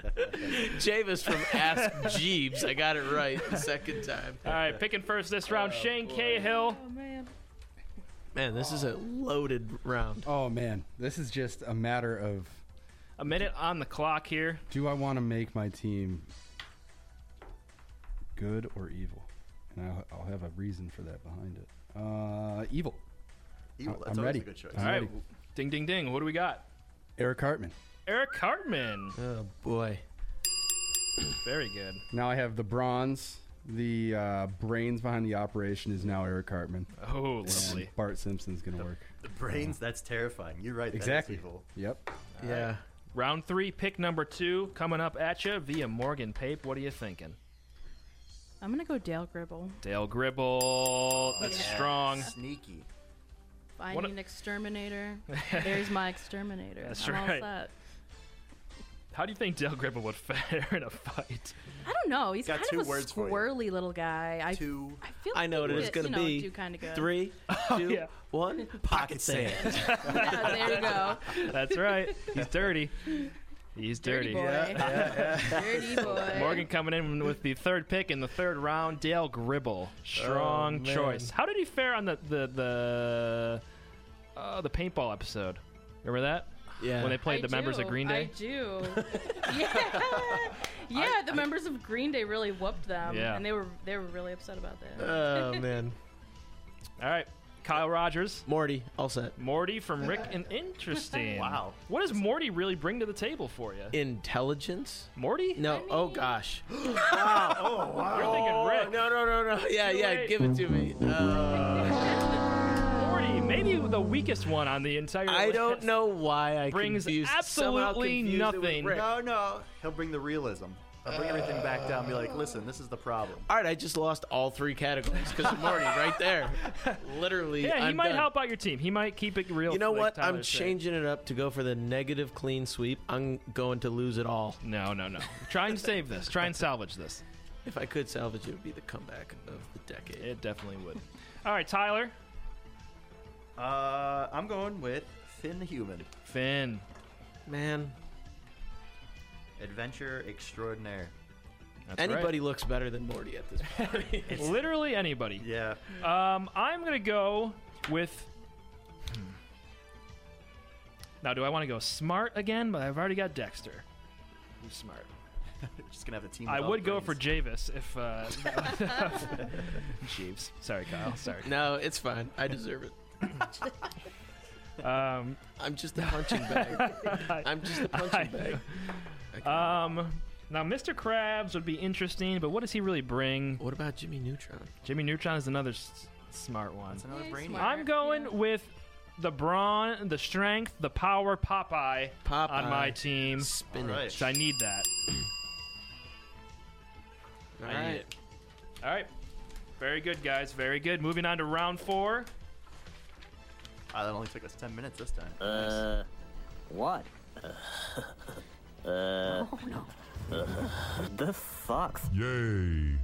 Javis from Ask Jeeves. I got it right the second time. All right, picking first this round, Shane Cahill. Oh man. Man, this is a loaded round. Oh man, this is just a matter of A minute on the clock here. do I want to make my team good or evil? And I'll, I'll have a reason for that behind it. Uh, evil. Evil. That's always I'm ready. a good choice. I'm All right, ready. ding, ding, ding. What do we got? Eric Hartman. Eric Cartman. Oh boy. Very good. Now I have the bronze. The uh, brains behind the operation is now Eric Hartman. Oh, lovely. Bart Simpson's gonna work. The brains. That's terrifying. You're right. Exactly. That's evil. Yep. yeah. Round three, pick number two, coming up at you via Morgan Pape. What are you thinking? I'm gonna go Dale Gribble. Dale Gribble. That's strong. Sneaky. I What a- need an exterminator. There's my exterminator. That's I'm all right. set. How do you think Dale Gribble would fare in a fight? I don't know. He's Got kind of two a words for you. squirrely little guy. I, Two. I feel I like know what he it's would, gonna you know, be. Do kind of good. Three, two, yeah. one. Pocket sand. Yeah, there you go. That's right. He's dirty. He's dirty. Dirty boy. Dirty boy. Morgan coming in with the third pick in the third round, Dale Gribble. Oh, Strong man. choice. How did he fare on the the the uh, the paintball episode? Remember that Yeah. when they played I the members of do, Green Day? I do. yeah, yeah. the members of Green Day really whooped them, Yeah. and they were they were really upset about that. oh man. All right, Kyle Rogers, Morty, all set. Morty from Rick and Interesting. Wow. what does Morty really bring to the table for you? Intelligence? Morty? No. oh gosh. You're thinking Rick. No, no, no, no. Yeah, yeah. late. Give it to me. Uh, Morty, maybe the weakest one on the entire. I don't list. know why I Brings confused, somehow absolutely confused it with nothing. Rick. No, no. He'll bring the realism. He'll bring everything back down. and Be like, listen, this is the problem. All right, I just lost all three categories because of Morty right there. Literally. Yeah, he I'm might done. help out your team. He might keep it real. You know like what? Tyler I'm said. changing it up to go for the negative clean sweep. I'm going to lose it all. No, no, no. Try and save this. Try and salvage this. If I could salvage it, would be the comeback of the decade. It definitely would. All right, Tyler. Uh, I'm going with Finn the Human, Finn. Man, adventure extraordinaire. That's anybody looks better than Morty at this point. right. Literally anybody. Yeah. Um, I'm going to go with. Now, do I want to go smart again? But I've already got Dexter. Who's smart? Just gonna have a team. I of would go upgrades. for Javis if. Uh, that- Jeeves. Sorry, Kyle. Sorry. No, it's fine. I deserve it. Um, I'm just the punching bag. I'm just the punching bag. Um, now, Mr. Krabs would be interesting, but what does he really bring? What about Jimmy Neutron? Jimmy Neutron is another s- smart one. That's another brain. I'm going with the brawn, the strength, the power, Popeye, on Popeye. my team. Spinach. So I need that. All I need right. it. All right. Very good, guys. Very good. Moving on to round four. Ah, that only took us ten minutes this time. Uh, what? Uh, Oh, uh, the fox. Yay.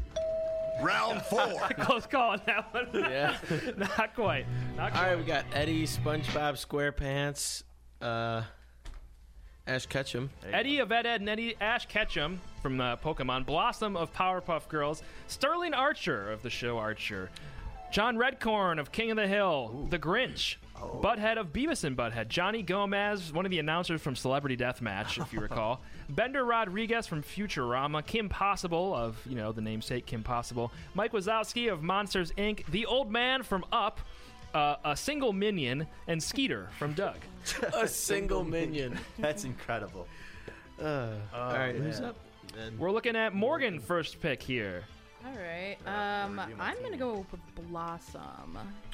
Round four. Close call on that one. Yeah. Not quite. Not All right, we got Eddie, SpongeBob SquarePants, uh, Ash Ketchum. Eddie of Ed Ed and Eddie Ash Ketchum from uh, Pokemon, Blossom of Powerpuff Girls, Sterling Archer of the show Archer, John Redcorn of King of the Hill, The Grinch, Butthead of Beavis and Butthead, Johnny Gomez, one of the announcers from Celebrity Deathmatch, if you recall, Bender Rodriguez from Futurama, Kim Possible of, you know, the namesake Kim Possible, Mike Wazowski of Monsters Inc., The Old Man from Up, uh, a single minion, and Skeeter from Doug. a single minion. That's incredible. Uh, Oh, all right, who's up? We're looking at Morgan first pick here. All right. Um, I'm gonna go with Blossom.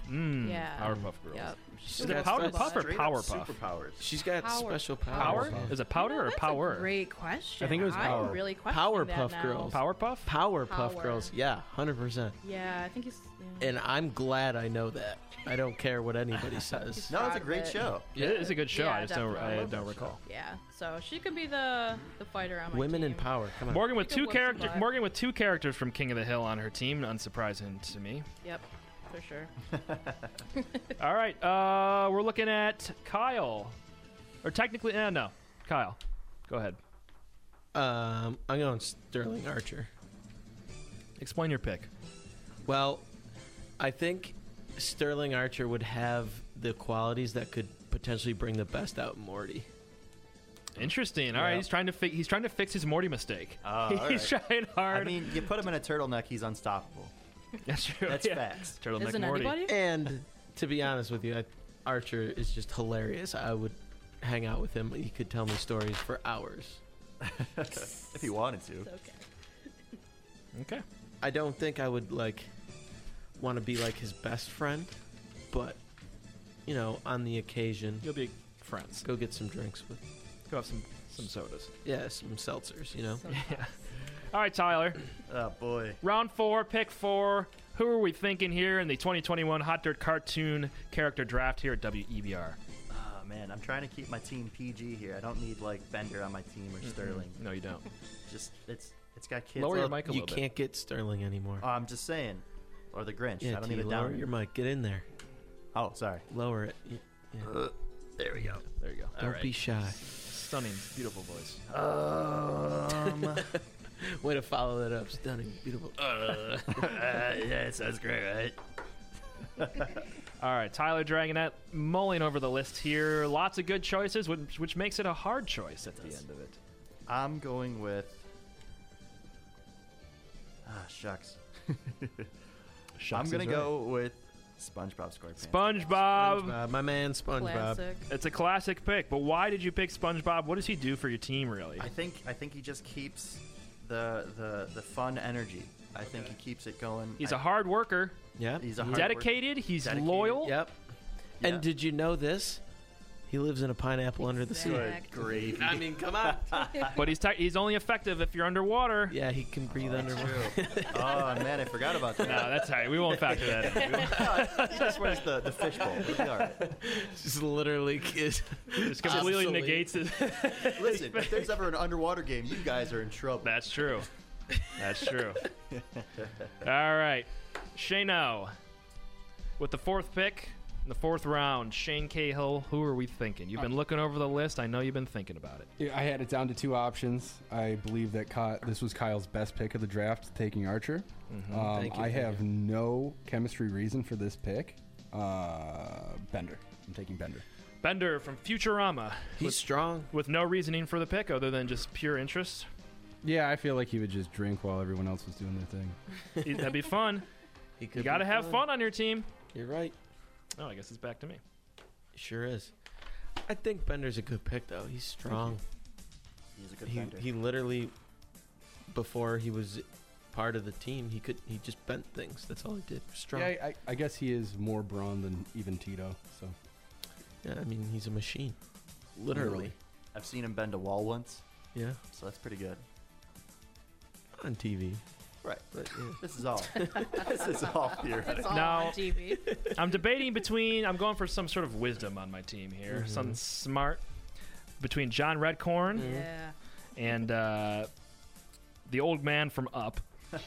Hmm, Mm, yeah. Powerpuff Girls. Yep. Is it a powder puff or power puff? She's got Power- special Power? powers. Is it powder or power? Great question. I think it was I'm power. really Power questioning that Puff now. Girls. Powerpuff? Powerpuff Power. Girls. Yeah, 100%. Yeah, I think he's. Yeah. And I'm glad I know that. I don't care what anybody says. No, it's proud a of great it. show. Yeah. It is a good show. I Yeah, just don't, I definitely. don't recall. Yeah, so she could be the the fighter on my Women team. in power. Come on. Morgan with She could two whoop character some butt. Morgan with two characters from King of the Hill on her team, unsurprising to me. Yep, for sure. All right, uh, we're looking at Kyle, or technically, uh, no, Kyle. Go ahead. Um, I'm going Sterling Archer. Explain your pick. Well, I think Sterling Archer would have the qualities that could potentially bring the best out in Morty. Interesting. All right, Yeah. he's trying to fi- he's trying to fix his Morty mistake. all he's right. trying hard. I mean, you put him in a turtleneck, he's unstoppable. that's true. That's yeah. facts. Turtleneck Isn't Morty. everybody? And to be honest with you, I, Archer is just hilarious. I would hang out with him. He could tell me stories for hours. If he wanted to. It's okay. Okay. I don't think I would like want to be like his best friend, but you know, on the occasion, You'll be friends. go get some drinks with Go have some some sodas. yeah, some seltzers. You know, All right, Tyler. Oh boy. Round four, pick four. Who are we thinking here in the 2021 Hot Dirt Cartoon Character Draft here at E WEBR? Oh man, I'm trying to keep my team PG here. I don't need like Bender on my team or Sterling. No, you don't. Just it's it's got kids. Lower your all- mic a you little bit. can't get Sterling anymore. Oh, I'm just saying. Or the Grinch. yeah, I don't T, need a lower down. your mic. Get in there. Oh, sorry. Lower it. Y- yeah. There we go. There you go. Oh, Don't be shy. Stunning, beautiful voice. Um, Way to follow that up. Stunning, beautiful. yeah, it sounds great, right? All right, Tyler Dragonette mulling over the list here. Lots of good choices, which, which makes it a hard choice at the end of it. I'm going with. Ah, shucks. I'm Shucks gonna is go Um, with SpongeBob SquarePants. SpongeBob. SpongeBob, my man, SpongeBob. Classic. It's a classic pick, but why did you pick SpongeBob? What does he do for your team, really? I think I think he just keeps the the the fun energy. I think he keeps it going. He's I- a hard worker, Yeah. He's a hard worker. dedicated. He's Dedicated. loyal. Yep. Yeah. And did you know this? He lives in a pineapple under the sea. Exact- Gravy. I mean, come on. But he's te- he's only effective if you're underwater. yeah, he can breathe underwater. oh man, I forgot about that. No, that's all right. We won't factor that. in. he just wears the the fishbowl. He'll be all right. Just literally is This completely Obsolete. negates it. Listen, if there's ever an underwater game, you guys are in trouble. That's true. That's true. All right. Shano with the fourth pick in the fourth round. Shane Cahill, who are we thinking? You've been looking over the list. I know you've been thinking about it. Yeah, I had it down to two options. I believe that Ky- this was Kyle's best pick of the draft, taking Archer. Um, Mm-hmm. Thank you, I thank have no chemistry reason for this pick. Uh, Bender. I'm taking Bender. Bender from Futurama. He's strong. With no reasoning for the pick other than just pure interest. Yeah, I feel like he would just drink while everyone else was doing their thing. He- E, That'd be fun. could you got to be have fun. fun on your team. You're right. Oh, I guess it's back to me. Sure is. I think Bender's a good pick, though. He's strong. He's a good he, bender. He literally, before he was part of the team, he could he just bent things. That's all he did. Strong. Yeah, I, I, I guess he is more brawn than even Tito. So Yeah, I mean he's a machine, literally. I've seen him bend a wall once. Yeah. So that's pretty good. On TV. Right. This is all. this is all theoretical. It's all Now- on TV. Mm-hmm. I'm debating between. I'm going for some sort of wisdom on my team here. Mm-hmm. Mhm. Something smart between John Redcorn Mm. Yeah. and uh, the old man from Up.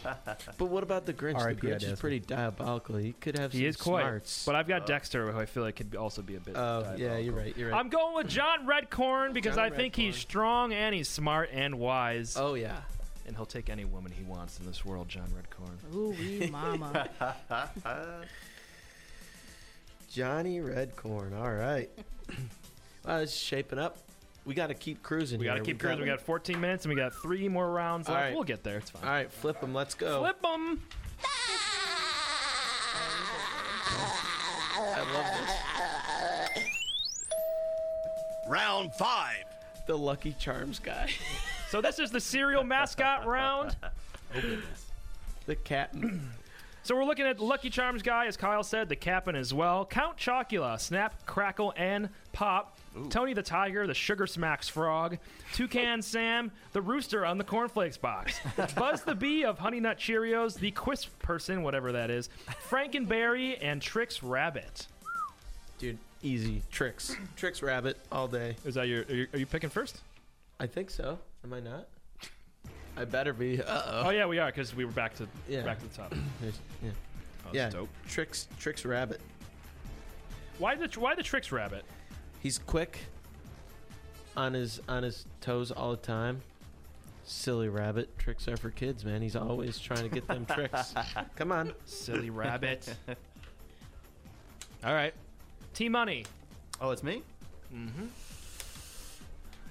But what about the Grinch? R.I.P. the Grinch is Adasma. pretty diabolical. He could have He some is quite. smarts. But I've got Dexter, who I feel like could be- also be a bit. Oh, yeah, diabolical. you're right. You're right. I'm going with John Redcorn because John I think he's strong and he's smart and wise. Oh yeah. And he'll take any woman he wants in this world, John Redcorn. Ooh, wee mama. Johnny Redcorn. All right. well, it's shaping up. We got to keep cruising. We got to here. keep cruising. We got 14 minutes and we got three more rounds All left. right. We'll get there. It's fine. All right, flip them. Let's go. Flip them. I love this. Round five. The Lucky Charms guy. So this is the cereal mascot round. the captain. So we're looking at Lucky Charms guy, as Kyle said, the Cap'n as well. Count Chocula, Snap, Crackle, and Pop. Tony the Tiger, the Sugar Smacks Frog. Toucan Sam, the Rooster on the Cornflakes box. Buzz the Bee of Honey Nut Cheerios, the Quisp person, whatever that is. Frankenberry and Trix Rabbit. Dude, easy. Tricks. Tricks Rabbit all day. Is that your? Are you, are you picking first? I think so. Am I not? I better be. Uh Oh, yeah, we are because we were back to Yeah. back to the top. Yeah. Yeah. Oh, that's yeah. dope. Tricks. Tricks Rabbit. Why the Why the Trix Rabbit? He's quick. On his on his toes all the time. Silly rabbit. Tricks are for kids, man. He's always trying to get them tricks. Come on. Silly rabbit. All right, T Money. Oh, it's me. Mm-hmm.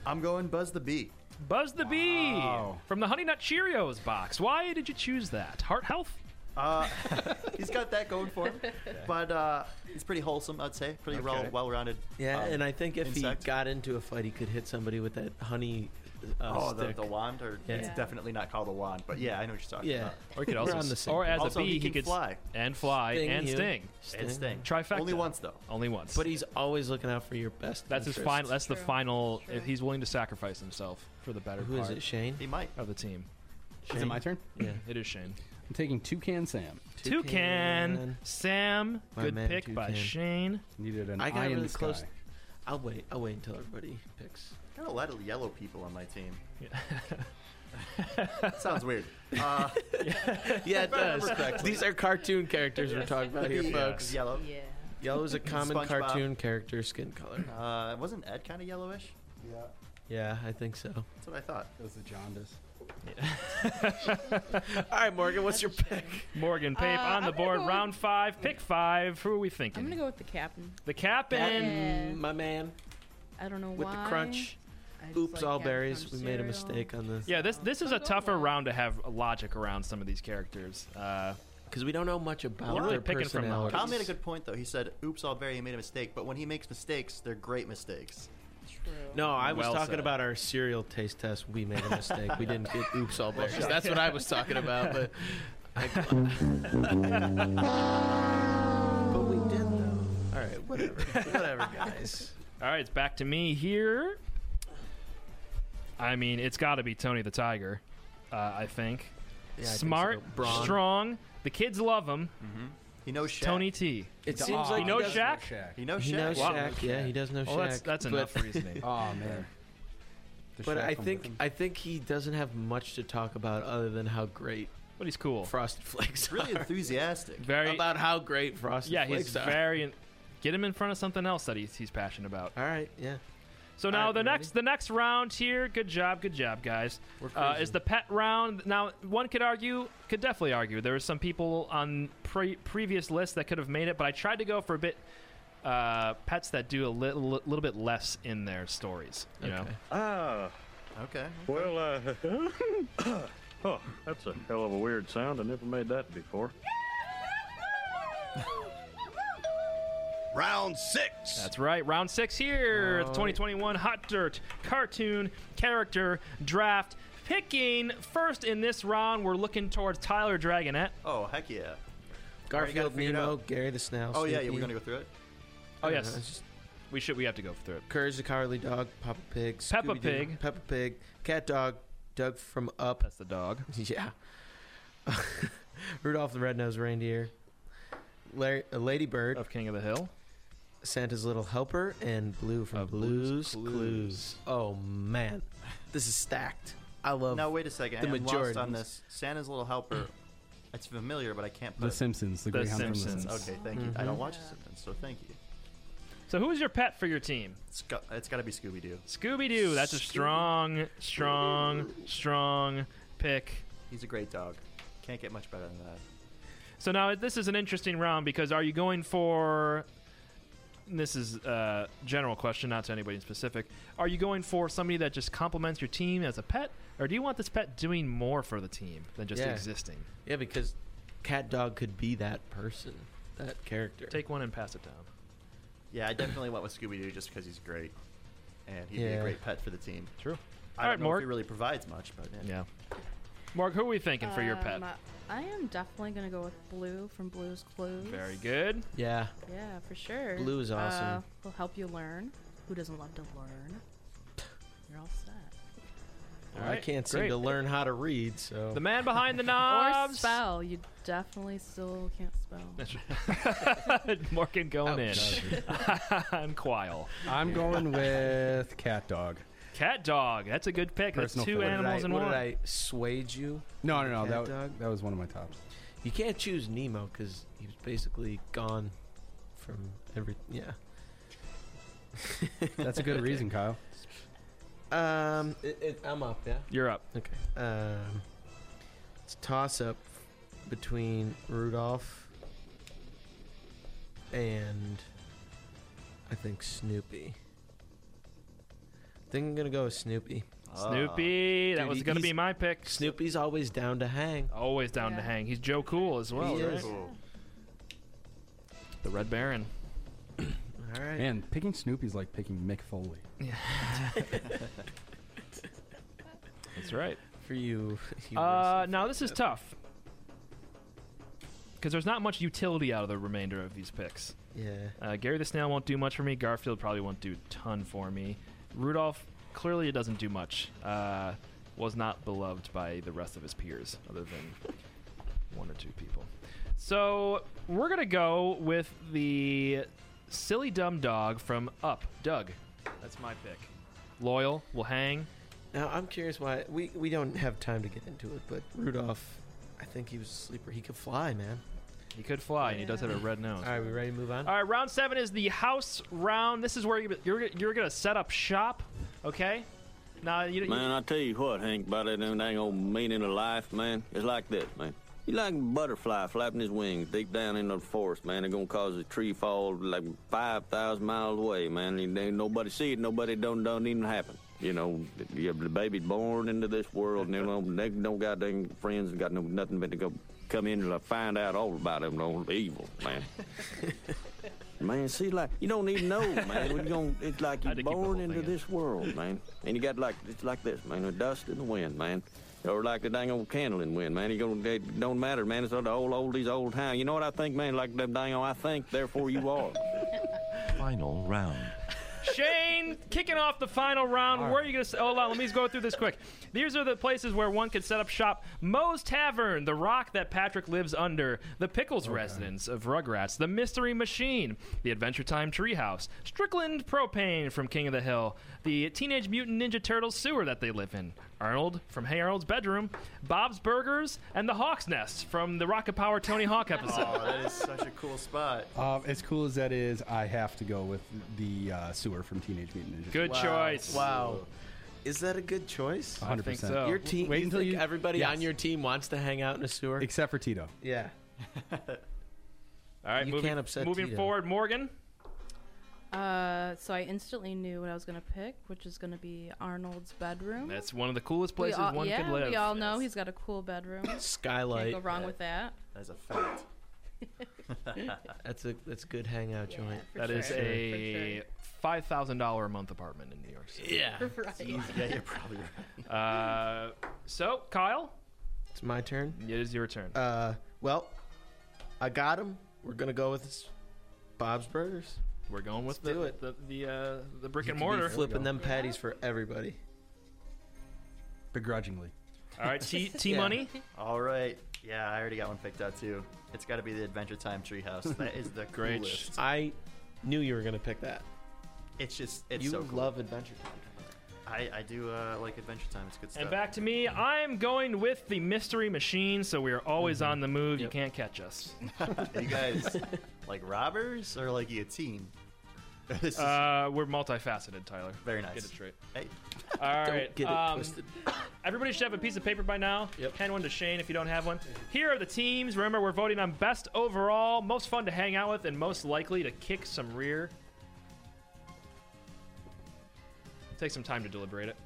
I'm going Buzz the Bee. Buzz the Bee from the Honey Nut Cheerios box. Why did you choose that? Heart health? Uh, he's got that going for him, but uh, he's pretty wholesome, I'd say. Pretty well Okay. well-rounded. Yeah, um, and I think if insect. he got into a fight, he could hit somebody with that honey. Uh, oh, the, stick. the wand, or Yeah. it's definitely not called a wand, but yeah, I know what you're talking Yeah. about. Or he could We're also, on the s- same or page. as Also, a bee, he he, can could s- fly. and fly Sting and you. sting. And Sting. Trifecta. Only once though. Only once. But he's always looking out for your best. that's his interests. final. That's the True. final. True. He's willing to sacrifice himself for the better Who is part it, Shane? He might. of the team. is it my turn? Yeah. It is Shane. I'm taking Toucan Sam. Toucan, Toucan. Sam. My good man, pick by Toucan. Shane. Needed an I got eye in really the close. sky. I'll wait. I'll wait until everybody picks. Got a lot of yellow people on my team. Yeah. That sounds weird. Uh, Yeah, it If I remember does. correctly. These are cartoon characters we're talking about here, yeah, folks. Yellow. Yeah. Yellow is a common SpongeBob. cartoon character skin color. Uh, wasn't Ed kind of yellowish? Yeah, I think so. That's what I thought. It was the jaundice. All right, Morgan, what's your pick? Morgan Pape Uh, on the I'm gonna board. go with- Round five, pick five. Who are we I'm thinking? gonna go with the captain. the captain. Yeah. My man I don't know with why. the crunch. I just Oops, like all Captain berries. We Crunch made a cereal. mistake on this Yeah, this this is a Don't go tougher wild. round to have logic around some of these characters. Uh, because we don't know much about You're really their picking from the personalities. Kyle made a good point though. He said, "Oops, all very he made a mistake." But when he makes mistakes, they're great mistakes. True. No, I was Well talking said. about our cereal taste test. We made a mistake. we didn't get oops all berries. That's what I was talking about. But, I, but we did though. All right, whatever, whatever, guys. all right, it's back to me here. I mean, it's got to be Tony the Tiger. Uh, I think I think smart, so. Brawn. strong. The kids love him. He knows Shaq. Tony T. It seems like You know he does- Shaq? He knows He Shaq. knows Wow. Shaq. Yeah, he does know Well, Shaq. that's that's but, enough reasoning. Oh man. The But Shaq I from think Brooklyn. I think he doesn't have much to talk about other than how great but he's cool. Frosted Flakes really are. enthusiastic. Very. about how great Frosted yeah, Flakes he's are. very. In, get him in front of something else that he's he's passionate about. All right, yeah. So now Alright, the you ready? next the next round here. Good job, good job, guys. We're Uh, cruising. is the pet round now? One could argue, could definitely argue. There were some people on pre- previous lists that could have made it, but I tried to go for a bit uh, pets that do a little, little bit less in their stories. You know, Ah. Okay. Well, uh. oh, that's a hell of a weird sound. I never made that before. Round six. That's right. Round six here. at the All right. 2021 Hot Dirt Cartoon Character Draft Picking. First in this round, we're looking towards Tyler Dragonette. Oh, heck yeah. Garfield, Nemo, Gary the Snail. Oh, yeah, yeah, Snoopy. we're going to go through it. Oh, I don't yes. know, it's just- we should. We have to go through it. Courage the Cowardly Dog, Papa Pig, Peppa Scooby-Doo, Pig. Peppa Pig, Cat Dog, Doug from Up. That's the dog. Yeah. Rudolph the Red-Nosed Reindeer, Larry, uh, Lady Bird of King of the Hill, Santa's Little Helper, and Blue from Blues, Clues. Oh man, this is stacked. I love. Now, wait a second. The I'm majority lost on this. Santa's Little Helper. It's familiar, but I can't put The it. Simpsons, the Greyhound from The Simpsons. Okay, thank you. Mm-hmm. I Mhm. don't watch The Simpsons, so thank you. So, who's your pet for your team? It's got, it's got to be Scooby Doo. Scooby Doo. That's a strong, strong, strong pick. He's a great dog. Can't get much better than that. So now this is an interesting round because are you going for? and This is a general question, not to anybody in specific. Are you going for somebody that just complements your team as a pet, or do you want this pet doing more for the team than just Yeah. existing? Yeah, because Cat Dog could be that person, that character. Take one and pass it down. Yeah, I definitely went with Scooby Doo just because he's great, and he'd be Yeah. a great pet for the team. I True. All don't right, know Morg. if he really provides much, but Yeah. Mark, who are we thinking for your pet? Um, I am definitely gonna go with Blue from Blue's Clues. Very good. Yeah. Yeah, for sure. Blue is awesome. Uh, will help you learn. Who doesn't love to learn? You're all set. Well, I Alright, can't seem great. to learn how to read, so The man behind the Or knobs. spell. You definitely still can't spell. Morgan going Ouch. in. I'm Quile. I'm going with cat dog. Cat dog. That's a good pick. Personal That's two favorite. animals What in did I- one. what I swayed you. No, no, no. Cat That, w- that was one of my tops. You can't choose Nemo because he was basically gone from every. Yeah. That's a good reason, Kyle. Um, it, it, I'm up. Yeah. You're up. Okay. Um, it's a toss up between Rudolph and I think Snoopy. I think I'm gonna go with Snoopy. Ah. Snoopy. that Dude, was going to be he's- my pick. Snoopy's always down to hang. Always down to hang. He's Joe Cool as well, He right? is. The Red Baron. All right. Man, picking Snoopy's like picking Mick Foley. That's right. For you. you Uh, now this is tough because there's not much utility out of the remainder of these picks. Yeah. Uh, Gary the Snail won't do much for me. Garfield probably won't do ton for me. Rudolph clearly it doesn't do much. Uh, was not beloved by the rest of his peers, other than one or two people. So we're gonna go with the silly dumb dog from Up, Doug. That's my pick. Loyal will hang. Now I'm curious why we we don't have time to get into it, but Rudolph, I think he was a sleeper. He could fly, man. He could fly, and he does have a red nose. All right, we ready to move on? All right, round seven is the house round. This is where you- you're you're gonna set up shop, okay? Now you, you Man, I tell you what, Hank, about that dang old meaning of life, man. It's like this, man. You like a butterfly flapping his wings deep down in the forest, man. They're gonna cause a tree fall like five thousand miles away, man. And they- nobody see it, nobody don't don't even happen. You know, you have the baby born into this world, and they don't, they don't got dang friends, and got no nothing but to go come in and uh, find out all about them, old evil, man. Man, see, like you don't even know, man. We're gonna, it's like you're born into this world, man. And you got like it's like this, man. The dust in the wind, man. Or like the dang old candle in the wind, man. You gonna it don't matter, man. It's all the old oldies, old time. You know what I think, man? Like them dang old, I think, therefore you are. Final round. Shane kicking off the final round. Where are you going to? Hold on, let me just go through this quick. These are the places where one could set up shop: Moe's Tavern, the rock that Patrick lives under, the Pickles residence of Rugrats, the Mystery Machine, the Adventure Time Treehouse, Strickland Propane from King of the Hill, the Teenage Mutant Ninja Turtles sewer that they live in, Arnold from Hey Arnold's bedroom, Bob's Burgers, and the Hawk's Nest from the Rocket Power Tony Hawk episode. Oh, that is such a cool spot. Um, as cool as that is, I have to go with the uh, sewer from Teenage Mutant Ninja. Good Turtles. choice. Wow. Is that a good choice? I think 100%. so. Your team. Wait you until think you- everybody Yes. on your team wants to hang out in a sewer. Except for Tito. yeah. All right, You moving, can't upset moving Tito. forward, Morgan. Uh, so I instantly knew what I was gonna pick, which is gonna be Arnold's bedroom. That's one of the coolest places we all, one yeah, could live. we all know he's got a cool bedroom. Skylight. Can't go wrong with that. That's a fact. that's a that's a good hangout joint. for That is sure. a five thousand dollar a month apartment in New York City. Yeah. Right. Yeah, you're probably right. Uh, so Kyle, It's my turn. It is your turn. Uh, well, I got him. We're gonna go with this Bob's Burgers. We're going with Let's the, do it. the the uh, the brick You and could be mortar. flipping them patties for everybody. Begrudgingly. All right, T T Yeah. money. All right. Yeah, I already got one picked out too. It's got to be the Adventure Time Treehouse. That is the Great. coolest. I knew you were gonna pick that. It's just it's you so cool. love Adventure Time. I I do uh, like Adventure Time. It's good stuff. And back to me. I'm going with the mystery machine, so we are always on the move. You can't catch us. Are you guys like robbers or like you a team? uh, we're multifaceted, Tyler. Very nice. Get it straight. Hey. All right. Don't get it um, twisted. Everybody should have a piece of paper by now. Yep. Hand one to Shane if you don't have one. Here are the teams. Remember, we're voting on best overall, most fun to hang out with, and most likely to kick some rear. Take some time to deliberate it.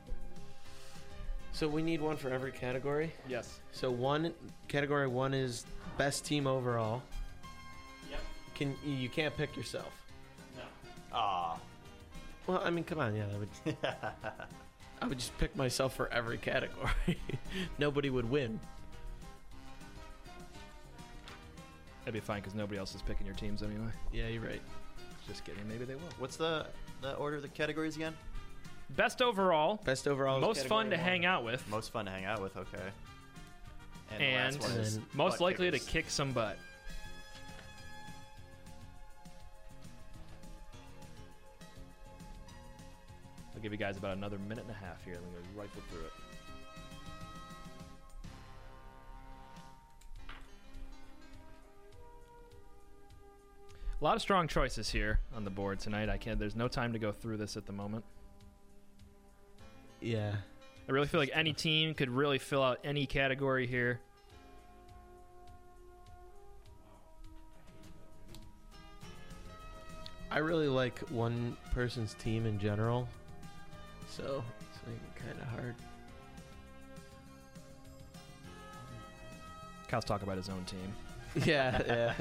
So we need one for every category. Yes. So one category one is best team overall. Yep. Can you can't pick yourself? No. Ah. Well, I mean, come on, yeah, I would. I would just pick myself for every category. Nobody would win. That'd be fine because nobody else is picking your teams anyway. Yeah, you're right. Just kidding. Maybe they will. What's the the order of the categories again? Best overall. Best overall. is most fun to category one. hang out with. Most fun to hang out with. Okay. And, the last one is most butt likely kickers. to kick some butt. I'll give you guys about another minute and a half here. and I'm gonna rifle through it. A lot of strong choices here on the board tonight. I can't. There's no time to go through this at the moment. Yeah. I really feel like any team could really fill out any category here. I really like one person's team in general, so Oh, it's kind of hard. Kyle's talking about his own team. Yeah, yeah.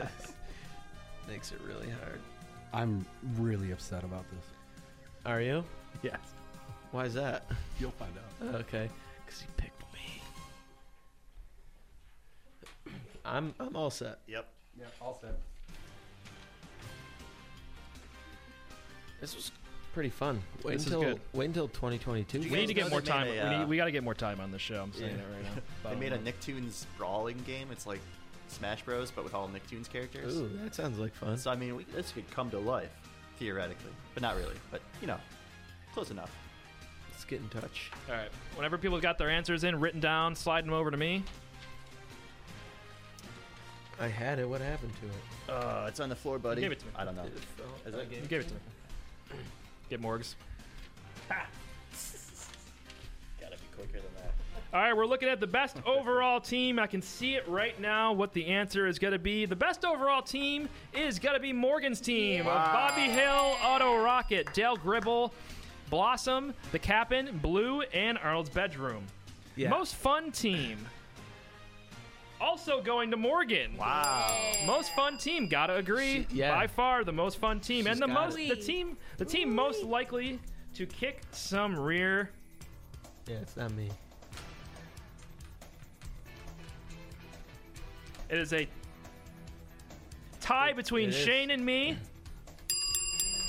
Makes it really hard. I'm really upset about this. Are you? Yes. Why is that? You'll find out. Okay, because he picked me. I'm I'm all set. Yep. Yeah, all set. This was pretty fun. Wait This is until good. wait until 2022. We need to get more time. made a, we uh, need, we got to get more time on the show. I'm Yeah. saying that right now. they Bottom made a line. Nicktoons brawling game. It's like Smash Bros, but with all Nicktoons characters. Ooh, that sounds like fun. So I mean, we, this could come to life theoretically, but not really. But you know, close enough. Let's get in touch. All right. Whenever people have got their answers in, written down, slide them over to me. I had it. What happened to it? Uh, it's on the floor, buddy. gave it to me. I don't know. It fell. Is that game? You gave it to me. Get Morgs. Gotta be quicker than that. All right, we're looking at the best overall team. I can see it right now what the answer is going to be. The best overall team is going to be Morgan's team of Bobby Hill, Auto Rocket, Dale Gribble, Blossom, the Captain, Blue, and Arnold's Bedroom. Yeah. Most fun team. Also going to Morgan. Wow. Most fun team, gotta agree. She- yeah. By far the most fun team. She's and the got most it. the team the team most likely to kick some rear. Yeah, it's not me. It is a tie between it is. Shane and me.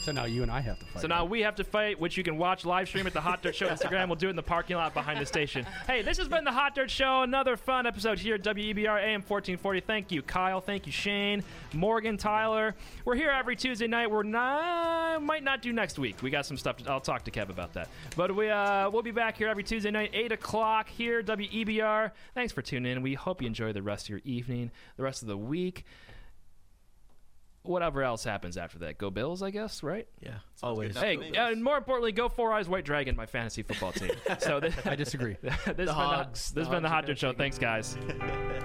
So now you and I have to fight. So now we have to fight, which you can watch live stream at the Hot Dirt Show Instagram. We'll do it in the parking lot behind the station. Hey, this has been the Hot Dirt Show, another fun episode here at E WEBR AM 1440. Thank you, Kyle. Thank you, Shane, Morgan, Tyler. We're here every Tuesday night. We're not might not do next week. We got some stuff. To, I'll talk to Kev about that. But we uh, we'll be back here every Tuesday night, eight o'clock here WEBR. Thanks for tuning in. We hope you enjoy the rest of your evening, the rest of the week. Whatever else happens after that, go Bills, I guess, right? Yeah, always. That's Hey, amazing. and more importantly, go Four Eyes White Dragon, my fantasy football team. So th- I disagree. this has been hogs. the, this has The been the hogs are Hot gonna Dirt Show. take Thanks, it. guys.